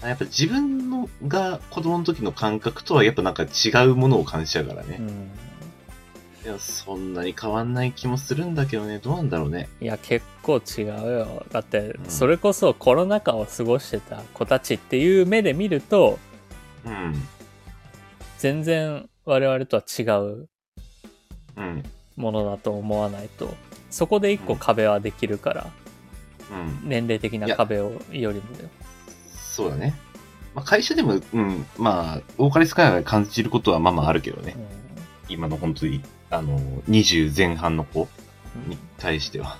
B: やっぱ自分のが子供の時の感覚とはやっぱなんか違うものを感じちゃうからね
A: う。ん
B: いや、そんなに変わんない気もするんだけどね、どうなんだろうね。
A: いや結構違うよだって
B: うん
A: それこそコロナ禍を過ごしてた子たちっていう目で見ると
B: うん。
A: 全然我々とは違う
B: うん。うん。
A: ものだと思わないとそこで一個壁はできるから、年齢的な壁をよりもね
B: そうだね。まあ、会社でも、うん、まあ、多かれ少ないが感じることはまあまああるけどね
A: う。ん
B: 今の本当に、あの、20前半の子に対しては。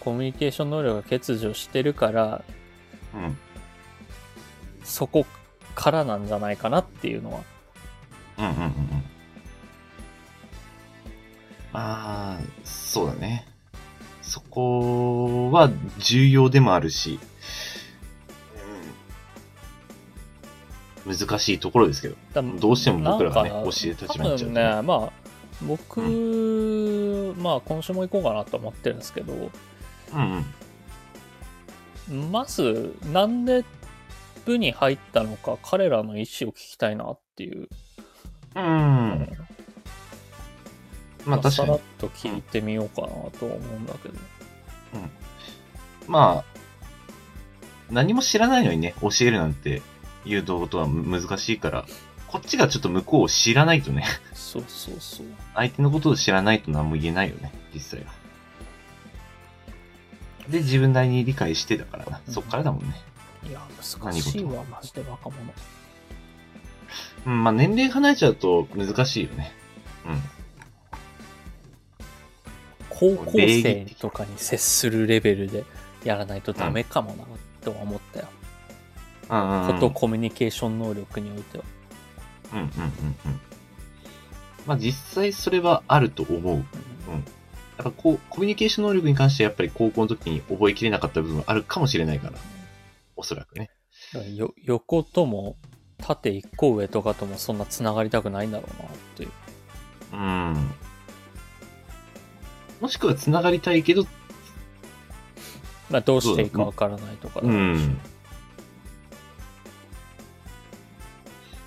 A: コミュニケーション能力が欠如してるから
B: うん。
A: そこからなんじゃないかなっていうのは
B: うんうんうんうん。まあ、そうだね。そこは重要でもあるし、うん、難しいところですけど、
A: だ
B: どうしても僕らがね、
A: なん
B: 教
A: か
B: えた
A: 多
B: ちまっちゃ
A: 分
B: うと
A: ね
B: ね。
A: まあ僕、まあ今週も行こうかなと思ってるんですけど
B: うんうん。
A: まずなんで部に入ったのか彼らの意思を聞きたいなっていう、
B: うん。まあ確
A: さ
B: からに
A: っ。と聞いてみようかなと思うんだけど、
B: まあ、何も知らないのにね、教えるなんていうことは難しいから、こっちがちょっと向こうを知らないとね、
A: そうそうそう
B: 相手のことを知らないと何も言えないよね、実際は。で、自分なりに理解してだからな。そっからだもんね。
A: いや難しいわマジで若者
B: うん、まあ年齢離れちゃうと難しいよね。うん。
A: 高校生とかに接するレベルでやらないとダメかもなとは思ったよ、
B: うんうんうん、
A: ことコミュニケーション能力においては
B: うんうんうんうん。まあ実際それはあると思う。やっぱこう、コミュニケーション能力に関してやっぱり高校の時に覚えきれなかった部分あるかもしれないから、おそらくね。
A: だからよ横とも縦一個上とかともそんなつながりたくないんだろうなっていう。
B: うん。もしくは繋がりたいけど、
A: まあ、どうしていいかわからないとかだ
B: う
A: ろうし
B: ん。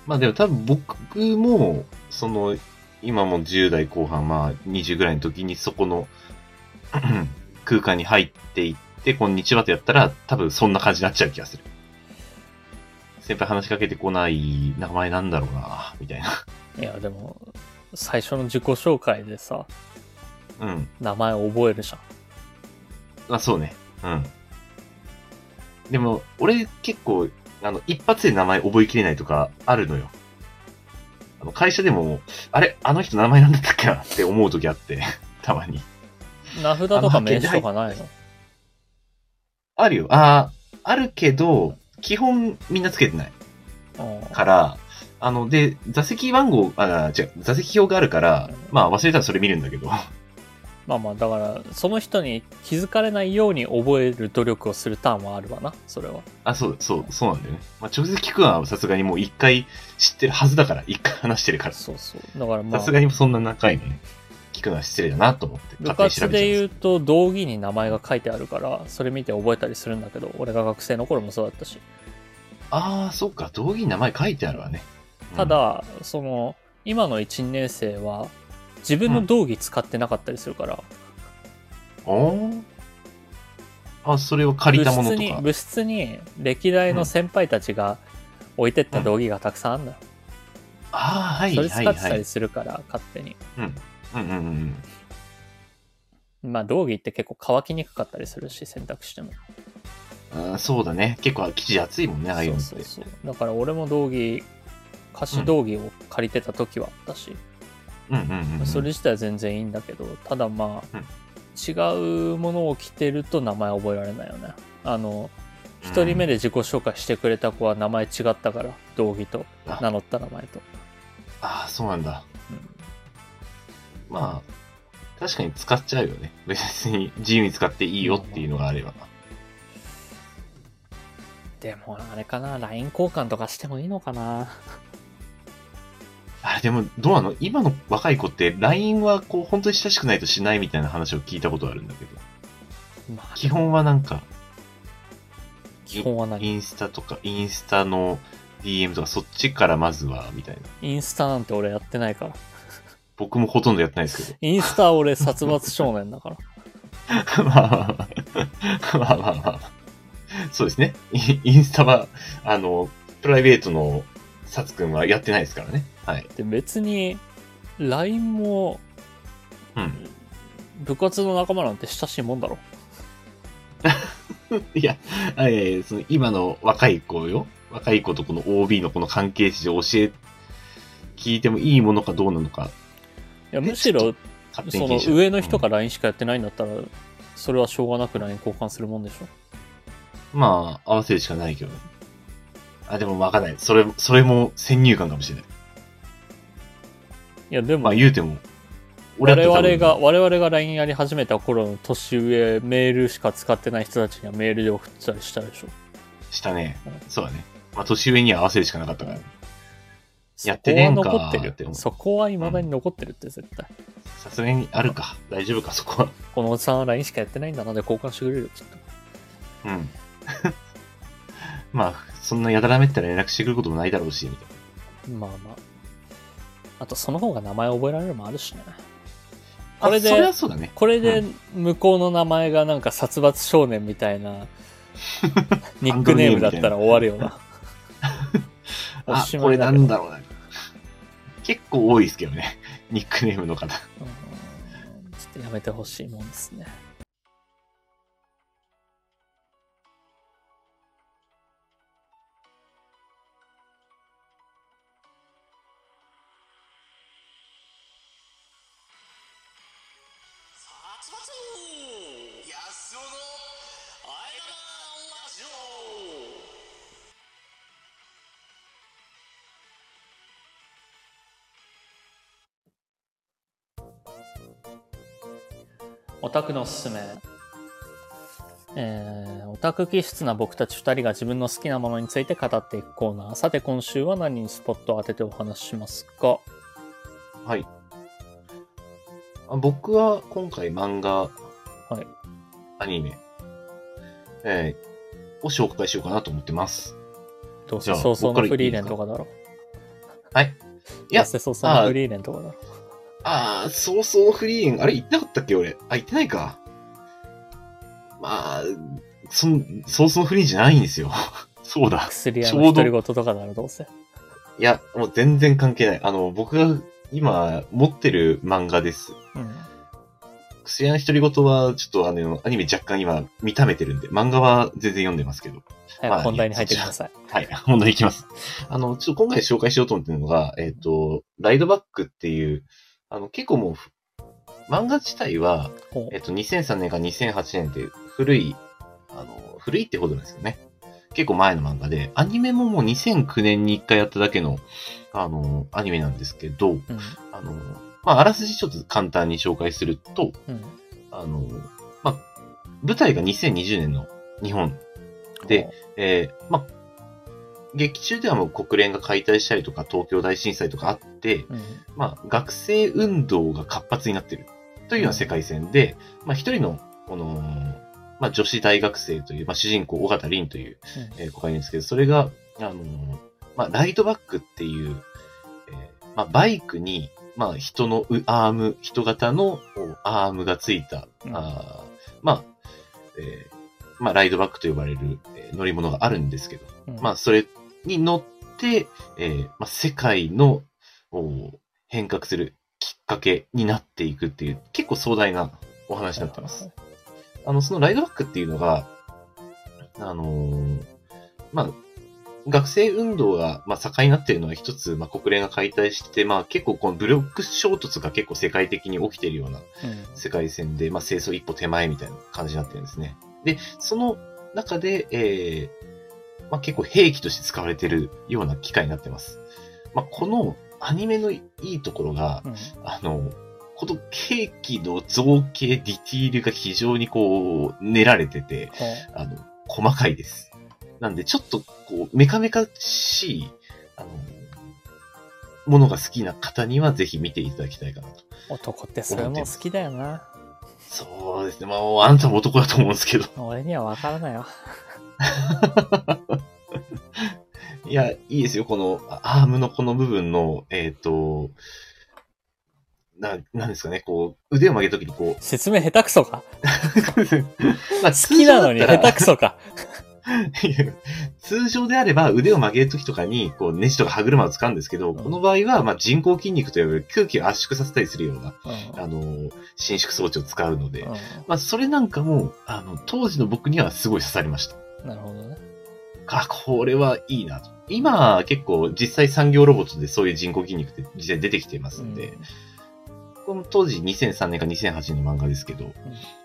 B: まあでも多分僕も、その、今も10代後半、まあ20ぐらいの時にそこの 空間に入っていって、こんにちはとやったら多分そんな感じになっちゃう気がする。先輩話しかけてこない名前なんだろうな、みたいな。
A: いや、でも、最初の自己紹介でさ、
B: うん。
A: 名前覚えるじゃん。
B: あ、そうね。うん。でも、俺結構、あの、一発で名前覚えきれないとかあるのよ。あの、会社でも、あれあの人名前なんだったっけなって思う時あって、 たまに。
A: 名札とか
B: あの
A: 名刺とかないの
B: あるよ。ああ、あるけど、基本みんなつけてない
A: うん
B: から、あの、で、座席番号、あ、違う、座席表があるから、まあ忘れたらそれ見るんだけど。
A: まあまあ、だから、その人に気づかれないように覚える努力をするターンはあるわな、それは。
B: あ、そう、そう、そうなんだよね。まあ直接聞くのはさすがにもう一回知ってるはずだから、一回話してるから。
A: そうそう。だからま
B: さ
A: あ
B: す、がにそんな仲いいのね。聞くのは失礼だなと思って、
A: 部
B: 勝手
A: 活
B: に調
A: で
B: べちゃい
A: 言うと、道着に名前が書いてあるから、それ見て覚えたりするんだけど、俺が学生の頃もそうだったし。
B: ます。ああ、そっか、道着に名前書いてあるわね。うん
A: た、だ、その、今の1年生は、自分の道着使ってなかったりするから、
B: おーあ、それを借りたものと
A: 部室に
B: か。
A: 部室に歴代の先輩たちが置いてった道着がたくさんあんのよ、
B: ああ、はい、
A: そ
B: は
A: れ
B: い、
A: 使
B: はい。
A: ってた
B: う
A: り
B: ん
A: するから、勝手に
B: うんうんうん。
A: まあ道着って結構乾きにくかったりするし洗濯しても
B: あーそうだね。結構生地厚いもんね、ああいうのって。
A: そうそうそうだから俺も道着貸し道着を借りてた時はあったし、
B: うんうんうん。
A: それ自体は全然いいんだけどただまあ、
B: うん
A: 違うものを着てると名前覚えられないよねあの
B: うん
A: 1人目で自己紹介してくれた子は名前違ったから道着と
B: あ
A: 名乗った名前と、
B: ああ、そうなんだ。
A: うん
B: まあ、確かに使っちゃうよね。別に自由に使っていいよっていうのがあれば。
A: でもあれかな LINE 交換とかしてもいいのかな
B: あれでも、どうなの今の若い子って LINE はこう、本当に親しくないとしないみたいな話を聞いたことあるんだけど。
A: まあ
B: 基本はなんか、
A: 基本は何
B: インスタとか、インスタの DM とか、そっちからまずは、みたいな。
A: インスタなんて俺やってないから
B: 僕もほとんど やってないですけ
A: インスタは俺殺伐少年だから
B: ど。まあまあまあ、まあまあまあ。そうですね。イインスタは、あの、プライベートのサツくんはやってないですからね。はい。
A: で別に LINE も
B: うん。
A: 部活の仲間なんて親しいもんだろ
B: いや、あいやいやその今の若い子よ。若い子とこの OB のこの関係値を教え、聞いてもいいものかどうなのか、
A: いや
B: ね
A: むしろ
B: 勝手
A: そ
B: に気に
A: の
B: し
A: 上の人が
B: ら
A: LINE しかやってないんだったらそれはしょうがなく LINE 交換するもんでしょ
B: まあ、合わせるしかないけどね。あ、でもわかんない。それ、それも先入観かもしれない。
A: いやでも
B: まあ言うても、
A: 我
B: だ
A: 々
B: って多分
A: が、我々が LINE やり始めた頃の年上メールしか使ってない人たちにはメールで送ったりしたでしょ
B: したね
A: うん。
B: そうだね。まあ年上には合わせるしかなかったから。やってねえん
A: そ
B: か
A: こは残って
B: って
A: る
B: 思う
A: そこはいまだに残ってるって絶対、
B: さすがにあるか。大丈夫か、そこは。
A: このおじさんは LINE しかやってないんだなで交換してくれるよきっと
B: うん。 まあ、そんなやだらめったら連絡してくることもないだろうし、みたいな。
A: まあまああとその方が名前覚えられるのもあるしね
B: あ
A: これで
B: それはそうだね。
A: これで
B: う
A: 向こうの名前がなんか殺伐少年みたい なニックネームだったら終わるよなお
B: あ
A: し、
B: こ
A: ま
B: れ
A: い
B: な
A: だけど
B: んだろうな。結構多いですけどね。 ニックネームの方。
A: うんちょっとやめてほしいもんですね
C: 殺伐安尾のあえ玉ラジオ
A: オタクのおすすめ。えー、オタク気質な僕たち2人が自分の好きなものについて語っていくコーナー。さて、今週は何にスポットを当ててお話ししますか
B: はい。あ僕は今回漫画、
A: はい
B: アニメ、えーを紹介しようかなと思ってます。
A: どう
B: じ
A: せ
B: ゃあ
A: 早々のフリーレン
B: 僕
A: と
B: か
A: かだろ。
B: はい。いや
A: どうせ早々のフリーレンとかだろ。
B: ああ、早々フリーレン、あれ行ってなかったっけ俺。あ、行ってないか。まあ、その、早々フリーレンじゃないんですよ。 そうだ。
A: 薬屋
B: ち
A: の
B: ょうど
A: 独り言とかだろ、どうせ。
B: いや、もう全然関係ない。あの、僕が今持ってる漫画です。
A: うん。
B: 薬屋の独り言は、ちょっとあの、アニメ若干今、見ためてるんで、漫画は全然読んでますけど。
A: 早く本題に入ってください。
B: はい、 問題いきます。あの、ちょっと今回紹介しようと思ってるのが、えっ、と、ライドバックっていう、あの、結構もうふ、漫画自体は、
A: ほ
B: えっ、と、2003年から2008年って古い、あの、古いってほどなんですよね。結構前の漫画で、アニメももう2009年に1回やっただけの、あの、アニメなんですけど、
A: ううん。
B: あの、まあ、あらすじちょっと簡単に紹介すると、
A: うん。
B: あの、まあ、舞台が2020年の日本 で、えーまあ、劇中ではもう国連が解体したりとか、東京大震災とかあって、
A: ほう、うん。
B: まあ、学生運動が活発になってるというような世界線で、まあ、一人の、この、まあ、女子大学生という、まあ、主人公、尾形凛という、えー子がいるんですけど、それが、あのーまあ、ライトバックっていう、えーまあ、バイクに、まあ、人のうアーム、人型のこうアームがついた、
A: うん
B: あーまあ、えーまあ、ライドバックと呼ばれる、えー乗り物があるんですけど、
A: うん
B: まあ、それに乗って、えーまあ、世界のお変革するきっかけになっていくっていう、結構壮大なお話になってます。。あの、そのライドバックっていうのが、あのーまあ、学生運動が、まあ、盛んになっているのは一つ、まあ、国連が解体して、まあ、結構この武力衝突が結構世界的に起きているような
A: うん。
B: 世界線で、まあ、清掃一歩手前みたいな感じになってるんですね。で、その中で、えーまあ、結構兵器として使われているような機械になってます。まあ、このアニメのいいところが、
A: うん。
B: あの、このケーキの造形、ディティールが非常にこう、練られてて、
A: ほう
B: あの、細かいです。なんで、ちょっとこう、メカメカしい、あの、ものが好きな方にはぜひ見ていただきたいかなと。
A: 男ってそういうもん好きだよな。
B: そうですね。まあ、あなたも男だと思うんですけど。
A: 俺には分からないわ。
B: いや、いいですよ。この、あアームのこの部分の、えっ、と、な、なんですかね、こう、腕を曲げるとき にこう、
A: 説明下手くそか。
B: まあ
A: 好きなのに下
B: 通常だったら
A: 手くそ か。
B: っていう通常であれば腕を曲げるときとかに、こう、ネジとか歯車を使うんですけど、
A: うん
B: この場合は、まあ、人工筋肉と呼ばれる空気を圧縮させたりするような、
A: うん
B: あのー、伸縮装置を使うので、
A: う
B: まあ、それなんかも、あの、当時の僕にはすごい刺さりました。
A: んなるほどね。
B: あ、これはいいなと。今、結構、実際産業ロボットでそういう人工筋肉って実際出てきてますんで、この当時2003年か2008年の漫画ですけど、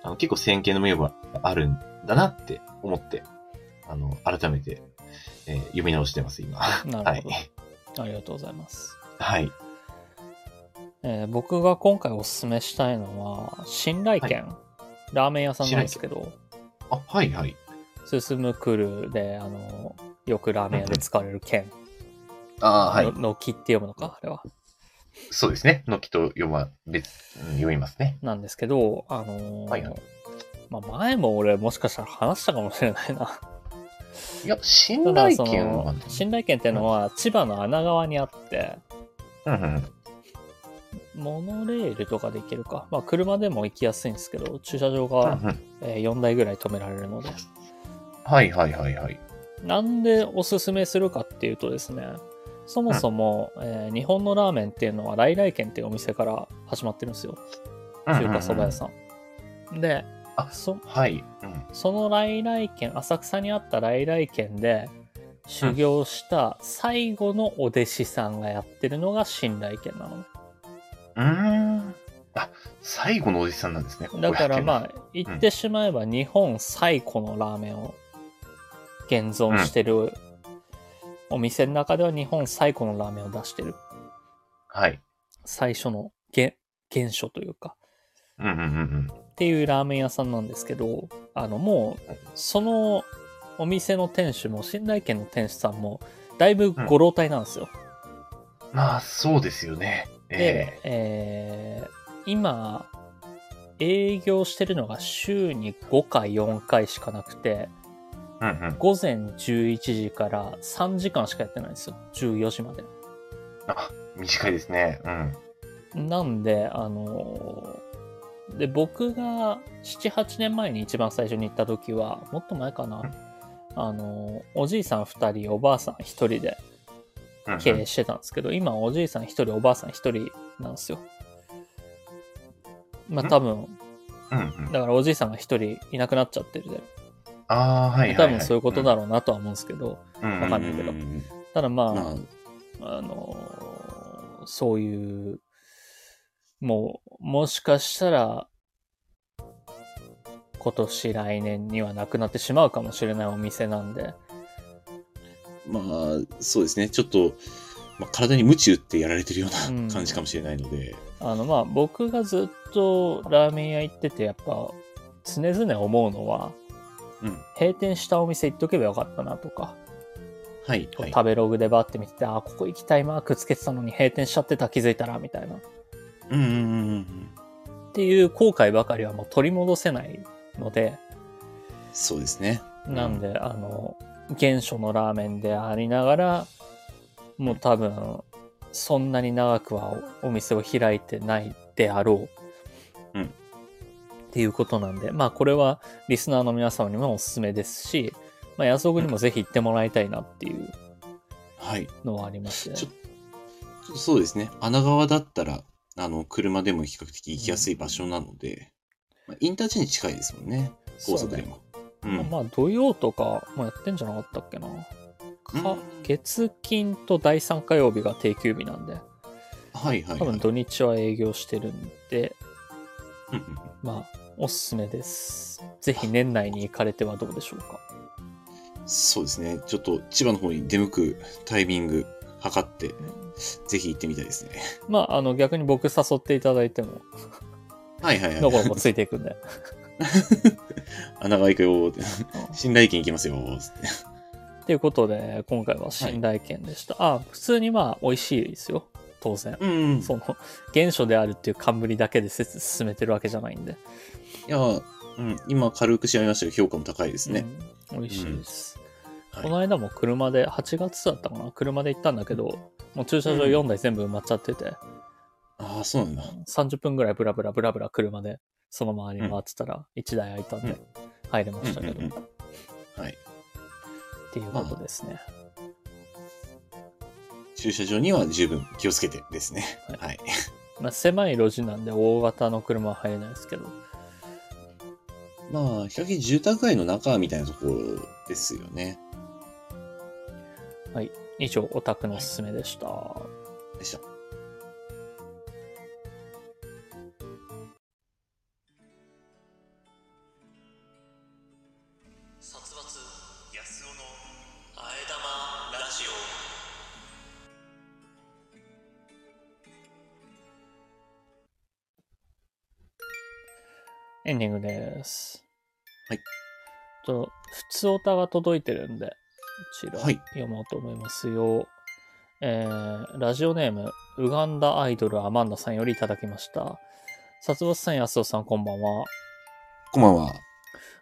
B: あの結構先見の明があるんだなって思って、あの、改めて、えー読み直してます、今。
A: うんな
B: は
A: る
B: い
A: ほ。ど。ありがとうございます。
B: はい。
A: えー僕が今回おすすめしたいのは、信頼軒、ラーメン屋さんなんですけど、
B: あ、はい、はい。
A: 進むくるで、あの、よくラーメン屋で使われる軒、
B: あー
A: の。のきって読むのか、あれは。
B: そうですね。のきと読ま、別、うん読みますね。
A: なんですけど、あのー
B: はいはい
A: まあ、前も俺もしかしたら話したかもしれないな。
B: いや、 信
A: ただ
B: 頼
A: そ
B: 権は
A: の、信頼軒っていうのは千葉の穴川にあって、
B: うんうん。
A: モノレールとかで行けるか。まあ、車でも行きやすいんですけど、駐車場
B: う
A: が、
B: んうん
A: えー4台ぐらい止められるので。
B: はい、はい、はい、はい。
A: なんでおすすめするかっていうとですね、そもそも、えー日本のラーメンっていうのは来来軒っていうお店から始まってるんですよ。中華そば屋さん。で
B: あ
A: そ、
B: うん。はい。うん。
A: その来来軒、浅草にあった来来軒で修行した最後のお弟子さんがやってるのが新来軒なのね。
B: うーん。あ、最後のおじさんなんですね。ここ
A: だから
B: や
A: ま
B: け
A: あ言ってしまえば日本最古のラーメンを現存してるお店の中では日本最古のラーメンを出してる
B: どはい。
A: 最初のげ原初というか
B: うんうんうんうん。
A: っていうラーメン屋さんなんですけど、あの、もう、そのお店の店主も、信頼圏の店主さんも、だいぶご老体なんですよ。
D: まあ、そうですよね。
A: で
D: え、
A: えー今、営業してるのが週に5回、4回しかなくて、
D: えうんうん。
A: 午前11時から3時間しかやってないんですよ。14時まで。
D: あ、短いですね。うん。
A: なんで、あのーで、僕が7、8年前に一番最初に行った時は、もっと前かな、あのーおじいさん2人、おばあさん1人で
D: うんうん
A: 経営してたんですけど、今おじいさん1人、おばあさん1人なんですよ。まあ
D: ん
A: 多分、
D: うんうん。
A: だからおじいさんが1人いなくなっちゃってるで、
D: ああ、はいはい、は
A: 多
D: い。
A: 分そういうことだろうなとは思うんですけど、
D: うん。
A: わかんないけど
D: ううん
A: ただまあ、
B: まあ、
A: あのーそういう、もう、もしかしたら、今年来年にはなくなってしまうかもしれないお店なんで、
B: まあ、そうですね。ちょっと、まあ、体に鞭打ってやられてるよ
A: う
B: うんな感じかもしれないので、
A: あの、まあ、僕がずっとラーメン屋行ってて、やっぱ、常々思うのは、
B: うん
A: 閉店したお店行っとけばよかったなとか、
B: はい、はい。
A: 食べログでバーって見てて、ああ、ここ行きたいマークつけてたのに閉店しちゃってた、気づいたら、みたいな。っ
B: うんうんうんうん。
A: ていう後悔ばかりはもう取り戻せないので、
B: そうですね。
A: なんで、あの、原初のラーメンでありながら、もう多分、そんなに長くはおお店を開いてないであろう。
B: うん
A: っていうことなんで、まあこれはリスナーの皆様にもおすすめですし、まあ安岡にもぜひ行ってもらいたいなっていう
B: はい。
A: のはありまして、
B: ちょちょそうですね。穴川だったら、あの、車でも比較的行きやすい場所なので、まあ、インターチェンジ近いですもんね。高速で
A: そうね
B: も。う
A: まあ
B: ん。
A: まあ土曜とかもやってんじゃなかったっけな。か
B: うん
A: 月金と第3火曜日が定休日なんで、
B: はいはい、
A: 多
B: はい
A: 分土日は営業してるんで、
B: うんうんうん
A: まあ、おすすめです。ぜひ年内に行かれてはどうでしょうか。
B: そうですね。ちょっと千葉の方に出向くタイミング測って、ぜひ行ってみたいですね。
A: まあ、あの、逆に僕誘っていただいても、
B: はいはい
A: ど
B: はい。
A: こもついていくん で。
B: 穴川行くよーって。
A: うん
B: 信頼圏行きますよーっつって。
A: ということで、今回は信頼圏でした。あ、普通にまあ、美味しいですよ。当然。
B: うんうん。
A: その、原初であるっていう冠だけでせつ進めてるわけじゃないんで。
B: いやー、うん、今軽く調べましたけど、評価も高いですね。
A: うん、美味しいです。
B: はい
A: この間も車で、8月だったかな車で行ったんだけど、もう駐車場4台全部埋まっちゃってて、
B: ああ、そうなんだ。
A: 30分ぐらいブラブラブラブラ車でその周り回ってたら1台空いたん
B: う
A: で
B: ん
A: 入れましたけ
B: うん
A: ど
B: う
A: っ
B: んはい。
A: ていうことですね。
B: 駐車場には十分気をつけてですね。はい。
A: まあ狭い路地なんで大型の車は入れないですけど、
B: まあ、比較的住宅街の中みたいなところですよね。
A: 以上オタクのおすすめでした。
B: でした。
C: 殺伐安男のあえ玉ラジオ
A: エンディングです。
B: はい。
A: と、普通オタが届いてるんで、こちら
B: はい
A: 読もうと思いますよ。えーラジオネーム、ウガンダアイドルアマンダさんよりいただきました。殺伐さん、安尾さん、こんばんは。
B: こんばんは。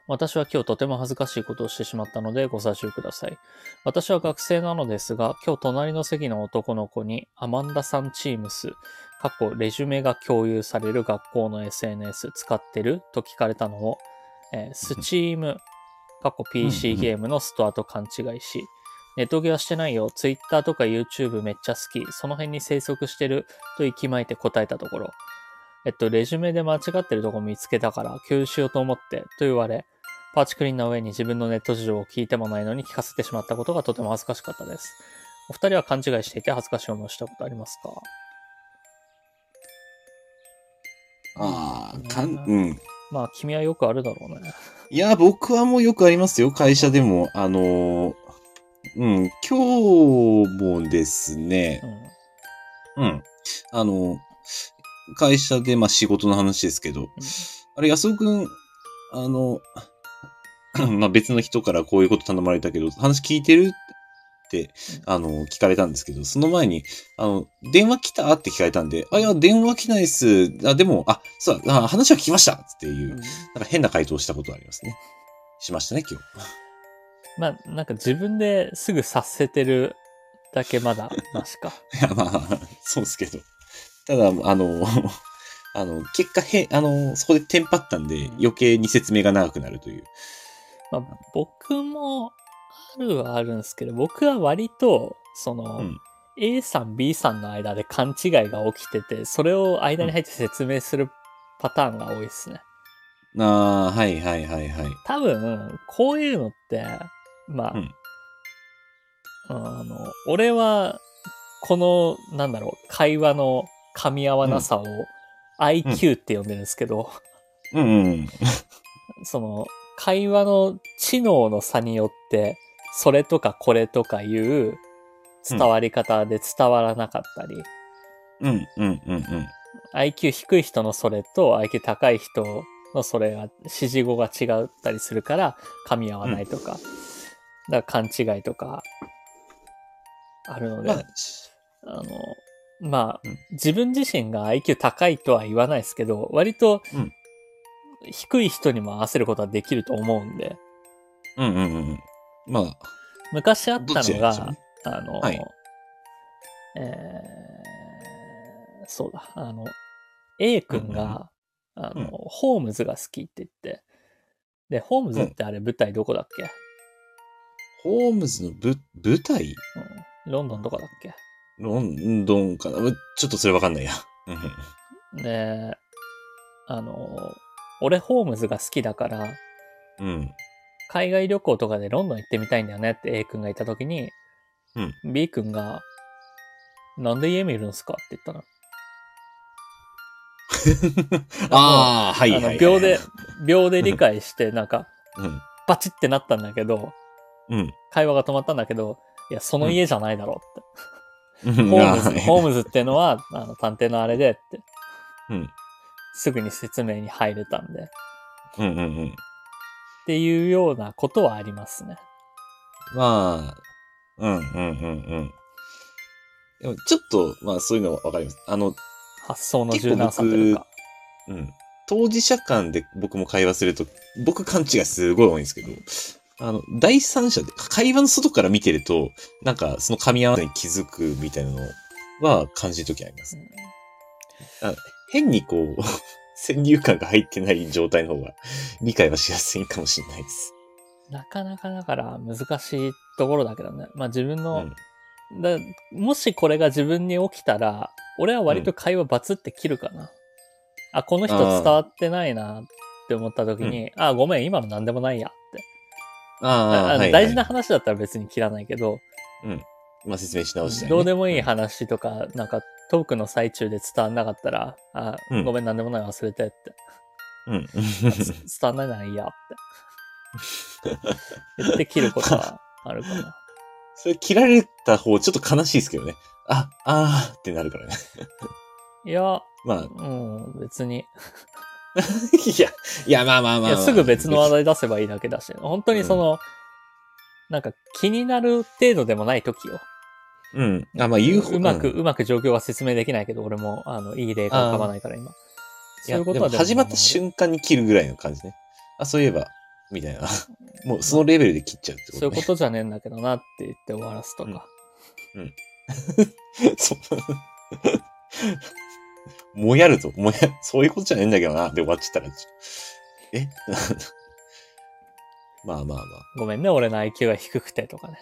A: 私は今日とても恥ずかしいことをしてしまったのでご察しください。私は学生なのですが、今日隣の席の男の子にアマンダさんチームス、過去レジュメが共有される学校の SNS 使ってると聞かれたのを、えースチーム、過去 PC ゲームのストアと勘違いし、ネットゲはしてないよ、Twitter とか YouTube めっちゃ好き、その辺に生息してると息巻いて答えたところ、えっと、レジュメで間違ってるとこ見つけたから、共有しようと思って、と言われ、パーチクリーンな上に自分のネット事情を聞いてもないのに聞かせてしまったことがとても恥ずかしかったです。お二人は勘違いしていて恥ずかしい思いをしたことありますか
B: ああ、かん、
A: う
B: うん。
A: まあ、君はよくあるだろうね。
B: いや、僕はもうよくありますよ。会社でも。あのーうん、今日もですね、うん。あの、会社で、まあ、仕事の話ですけど、あれ、安尾くん、あの、 まあ別の人からこういうこと頼まれたけど、話聞いてるって、あの、聞かれたんですけど、その前に、あの、電話来たって聞かれたんで、あ、いや、電話来ないっす。あ、でも、あ、そうだ、あ話は聞きましたっていう、なんか変な回答をしたことありますね。しましたね、今日。
A: まあ、なんか自分ですぐ察せてるだけまだマシ か。
B: いや、まあ、 そうですけど。ただ、あの、 あの、結果、へ、あの、そこでテンパったんで、余計に説明が長くなるという。
A: まあ、僕もあるはあるんですけど、僕は割と、その、
B: うん
A: A さん B さんの間で勘違いが起きてて、それを間に入って説明するパターンが多いですね。
B: ああ、はいはいはいはい。
A: 多分、こういうのって、まあ、
B: うん
A: あの、俺は、この、なんだろう、会話の噛み合わなさを IQ って呼んでるんですけど、
B: うんうん。
A: その、会話の知能の差によって、それとかこれとかいう伝わり方で伝わらなかったり、
B: うんうんうんうん。
A: IQ 低い人のそれと IQ 高い人のそれが指示語が違ったりするから噛み合わないとか、だから勘違いとかあるので、
B: まあ、
A: あのまあ、
B: うん
A: 自分自身が IQ 高いとは言わないですけど割と
B: うん
A: 低い人にも合わせることはできると思うんで
B: うんうんうんうん。まあ、
A: 昔あった
B: どっち
A: の
B: やりましょう
A: が
B: ね
A: あの、
B: はい
A: えーそうだあの A 君が、あの
B: うん
A: ホームズが好きって言ってでホームズってあれ舞台どこだっけ、
B: ホームズのぶ舞台
A: うんロンドンとかだっけ
B: ロンドンかなうちょっとそれわかんないや。うんうん
A: であの俺ホームズが好きだから
B: うん。
A: 海外旅行とかでロンドン行ってみたいんだよねって A 君がいた時に、
B: うん
A: B 君が「なんで家見るんすか?」って言ったの。
B: ああ、はいはいは
A: あ
B: い、
A: の秒で、秒で理解して、なんか、
B: うん。
A: バチってなったんだけど、
B: うん。
A: 会話が止まったんだけど、いや、その家じゃないだろうって。
B: ホ
A: ホーム ズ、ホ
B: ー
A: ームズってのは、 あの、探偵のあれでって、
B: うん
A: すぐに説明に入れたんで、っ
B: うんうんうん。
A: ていうようなことはありますね。
B: まあ、うんうんうんうん。でもちょっと、まあそういうのはわかります。あの、
A: 発想の柔軟さというか。
B: うん。当事者間で僕も会話すると、僕勘違いすごい多いんですけど、あの、第三者で、会話の外から見てると、なんかその噛み合わせに気づくみたいなのは感じるときあります。変にこう、 先入観が入ってない状態の方が理解はしやすいかもしれないです。
A: なかなかだから難しいところだけどね。まあ自分
B: う
A: の
B: ん、。
A: だもしこれが自分に起きたら、俺は割と会話バツって切るかな。あ、この人伝わってないなって思った時に、あ、ごめん、今の何でもないやって。あ
B: あ
A: あ
B: あ、
A: の
B: はい
A: 大事な
B: は
A: 話だったら別に切らないけど、
B: いまあ説明し直したりね
A: どうでもいい話とか、なんかトークの最中で伝わんなかったら、あ、
B: うん
A: ごめん、何でもない忘れて って。
B: うん。うん
A: あつ伝わんないならいいやって。言って切ることはあるかな。
B: それ切られた方、ちょっと悲しいですけどね。あ、あーってなるからね。
A: いや、
B: まあ、
A: うん、別に。
B: いや、いや、まあまあまあ、
A: い
B: まあ。
A: や、すぐ別の話題出せばいいだけだし、本当にその、なんか気になる程度でもない時を、
B: うん。あ、まあ言う方
A: うまく、
B: ん
A: うまく状況は説明できないけど、俺も、あの、いい例が浮かばないから今。
B: い
A: そう
B: や
A: いうこ
B: で
A: とは
B: も
A: でも
B: 始まった瞬間に切るぐらいの感じね。あ、そういえば、みたいな。 もうそのレベルで切っちゃうって
A: そう
B: こ
A: い
B: と
A: う
B: ね
A: こ。とじゃねえんだけどなって言って終わらすとか。
B: そういうこと。もやると、もや、そういうことじゃねえんだけどな。で終わっちゃったら、ちょえ まあまあま
A: ごめんね、俺の IQ が低くてとかね。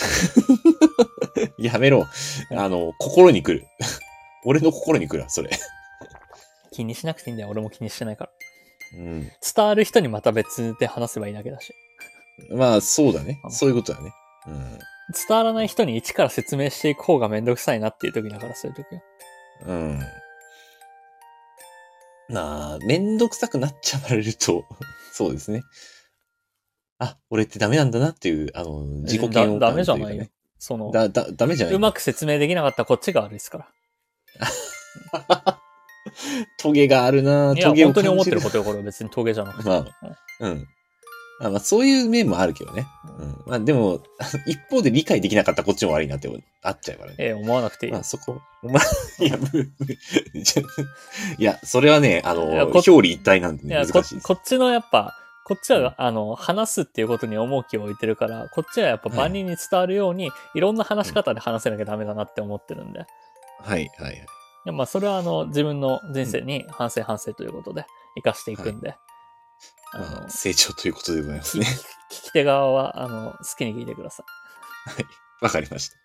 B: あ。やめろ。あの、心に来る。 俺の心に来るわ、それ。
A: 気にしなくていいんだよ、俺も気にしてないから。
B: うん。
A: 伝わる人にまた別で話せばいいだけだし。
B: まあ、そうだね
A: う。ん
B: そういうことだね。うん。
A: 伝わらない人に一から説明していく方がめんどくさいなっていう時だから、そういう時は。
B: うん。まあ、めんどくさくなっちゃわれると、 そうですね。あ、俺ってダメなんだなっていう、あの、自己嫌悪
A: だダ
B: 感と
A: メ
B: いう
A: じ
B: か、
A: ゃ
B: ね。
A: ないよ。その、
B: だ、だ、ダメじゃないう
A: まく説明できなかったこっちが悪いですから。
B: トゲがあるなぁ
A: いや、
B: トゲを
A: 本当
B: 感
A: に思っ
B: じ
A: て
B: る
A: ることよ、これは別にトゲじゃなくて。
B: まあ、うん。あまあ、そういう面もあるけどね。うん。まあ、でも、 一方で理解できなかったこっちも悪いなってあっちゃうからね。
A: ええ、思わなくていい
B: まあ、。そこ。ま あ、いや、むむじゃいや、それはね、あの
A: いや、こ
B: 表裏一体なんで
A: い
B: ね
A: や
B: 難
A: こ、
B: しいです。
A: こっちのやっぱ、こっち
B: う
A: は、あの、話すっていうことに重きを置いてるから、こっちはやっぱ
B: はい
A: 万人に伝わるように、いろんな話し方で話せなきゃダメだなって思ってるんで。い
B: はい、はい、はい。
A: や、まあ、それは、あの、自分の人生に反省反省ということで、生かしていくんで。あの
B: まあ、成長ということでございます
A: 聞
B: ね。
A: き聞き手側は、あの、好きに聞いてください。
B: わかりました。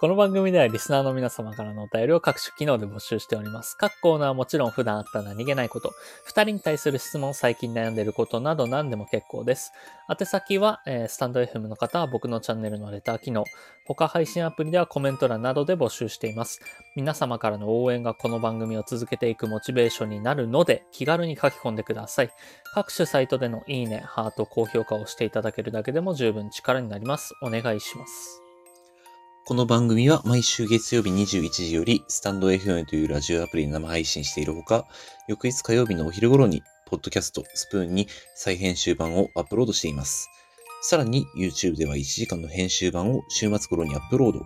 A: この番組ではリスナーの皆様からのお便りを各種機能で募集しております。各コーナーはもちろん普段あった何気ないこと、二人に対する質問、最近悩んでいることなど何でも結構です。宛先は、えースタンド FM の方は僕のチャンネルのレター機能、他配信アプリではコメント欄などで募集しています。皆様からの応援がこの番組を続けていくモチベーションになるので、気軽に書き込んでください。各種サイトでのいいね、ハート、高評価をしていただけるだけでも十分力になります。お願いします。
B: この番組は毎週月曜日21時より、スタンド FM というラジオアプリで生配信しているほか、翌日火曜日のお昼頃に、ポッドキャスト、スプーンに再編集版をアップロードしています。さらに、YouTube では1時間の編集版を週末頃にアップロード。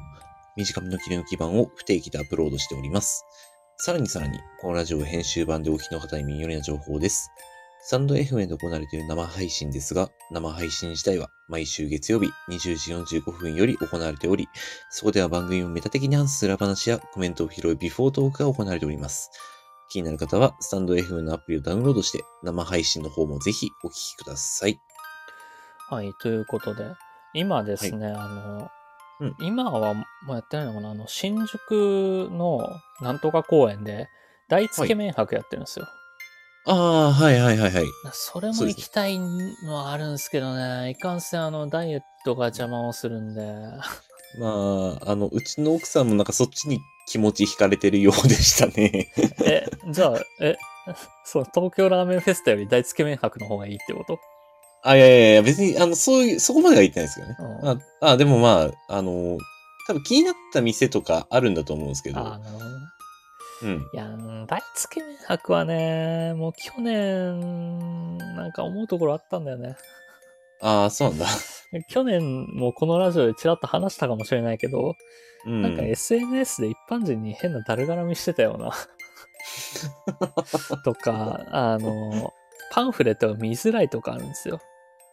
B: 短めの切り抜き版を不定期でアップロードしております。さらにさらに、このラジオは編集版でお聞きの方に耳寄りな情報です。スタンド FM で行われている生配信ですが、生配信自体は毎週月曜日20時45分より行われており、そこでは番組をメタ的に反する裏話やコメントを拾うビフォートークが行われております。気になる方は、スタンド FM のアプリをダウンロードして、生配信の方もぜひお聞きください。
A: はい、ということで、今ですね、あの、
B: うん
A: 今はもうやってないのかな、あの、新宿のなんとか公園で、大つけ麺博やってるんですよ。
B: ああ、はいはいはいはい。
A: それ
B: そ
A: も行
B: うですね
A: きたいのはあるんですけどね、いかんせん、あの、ダイエットが邪魔をするんで、
B: まあ、あの、うちの奥さんもなんかそっちに気持ち惹かれてるようでしたね。
A: え、じゃあ、え、 そう、東京ラーメンフェスタより大つけ麺博の方がいいってこと
B: あ、いやいやいや、別に、あの、そういう、そこまでは言ってないですけどね。
A: うん
B: ああ、でもまあ、あの、多分気になった店とかあるんだと思うんですけ
A: ああ、な
B: ど、
A: るほどね。
B: うん。
A: いやー、大つけ麺博はね、もう去年、なんか思うところあったんだよね。
B: ああ、そうなんだ。
A: 去年もこのラジオでちらっと話したかもしれないけど、
B: うん。
A: なんか SNS で一般人に変なだるがらみしてたような。とか、あの、パンフレットが見づらいとかあるんですよ。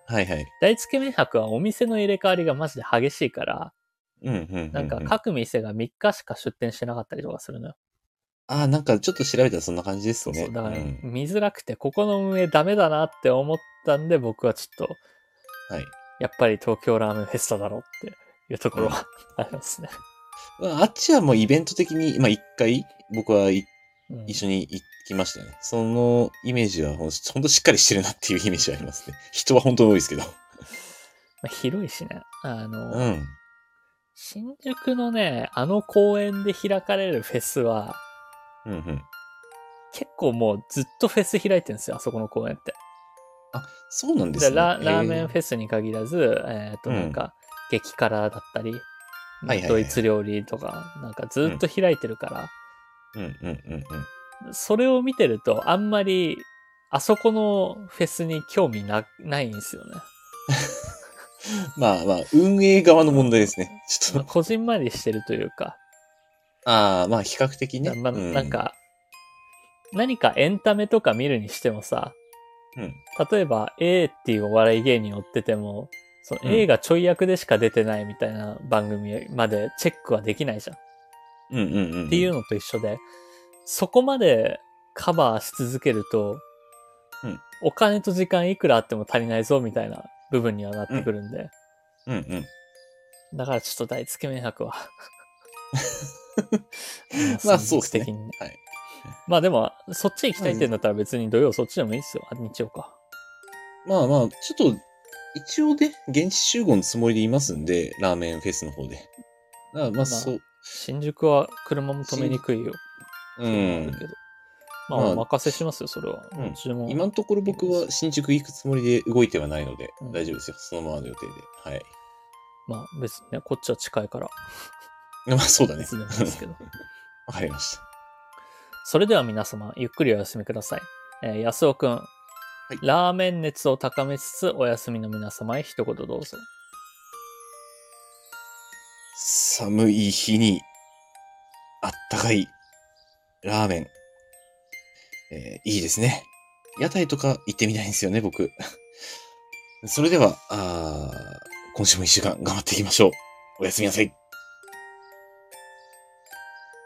B: はいはい。
A: 大つけ麺博はお店の入れ替わりがマジで激しいから、
B: うんうんうんうん。
A: なんか各店が3日しか出店してなかったりとかするのよ。
B: ああ、なんかちょっと調べたらそんな感じです
A: そう
B: ね。
A: そう。だから
B: ん
A: 見づらくて、ここの運営ダメだなって思ったんで、僕はちょっと、
B: はい。
A: やっぱり東京ラーメンフェスタだろうっていうところはありますね。
B: まああっちはもうイベント的に、まあ一回僕はい
A: うん
B: 一緒に行きましたよね。そのイメージはほんほんとしっかりしてるなっていうイメージはありますね。 人は本当に多いですけど。
A: まあ広いしね。あの、
B: うん。
A: 新宿のね、あの公園で開かれるフェスは、
B: うんうん。
A: 結構もうずっとフェス開いてるんですよ、あそこの公園って。
B: あ、そうなんです
A: で
B: ね。
A: ララーメンフ
B: ェ
A: ェスに限らず、えっ、と、
B: うん
A: なんか、激辛だったり、
B: はいはいはい
A: ドイツ料理とか、なんかずっと開いてるから、
B: うんうんうんうん。
A: それを見てると、あんまり、あそこのフェスに興味なないんですよね。
B: まあまあ、運営側の問題ですね。ちょ
A: ま
B: っ
A: あ
B: と。
A: こじんまりしてるというか、
B: ああ、まあ比較的ね。
A: まあ
B: う
A: なん、か、何かエンタメとか見るにしてもさ、
B: うん。
A: 例えば A っていうお笑い芸人を追ってても、その
B: うん
A: A がちょい役でしか出てないみたいな番組までチェックはできないじゃん。っ
B: うんうんうん。
A: ていうのと一緒で、そこまでカバーし続けると、
B: うん
A: お金と時間いくらあっても足りないぞみたいな部分にはなってくるんで、
B: うんうん。
A: だからちょっと大つけ麺博 は。
B: まあそ
A: 積
B: うですね
A: 極的にね
B: はい。
A: まあでも、そっち行きたいって言うんだったら別に土曜そっちでもいいですよ。あ日曜か。
B: まあまあ、ちょっと、一応で、現地集合のつもりでいますんで、ラーメンフェスの方で。だからまあ、そう、
A: 新宿は車も止めにくいよ。
B: う
A: あるけ。
B: ん
A: どまあ、
B: まあ
A: お任せしますよ、それは。
B: うん
A: 注文
B: 今のところ僕は新宿行くつもりで動いてはないので
A: うん、
B: 大丈夫ですよ。そのままの予定で。はい。
A: まあ、別にね、こっちは近いから、
B: まあ、そうだ
A: い
B: ね
A: つ。でもですけど。
B: わかりました。
A: それでは皆様、ゆっくりお休みください。えー、安尾くん、
B: い
A: ラーメン熱を高めつつ、お休みの皆様へ一言どうぞ。
B: 寒い日に、あったかい、ラーメン。えーいいですね。屋台とか行ってみたいんですよね、僕。 それでは、あー今週も一週間頑張っていきましょう。おやすみなさい。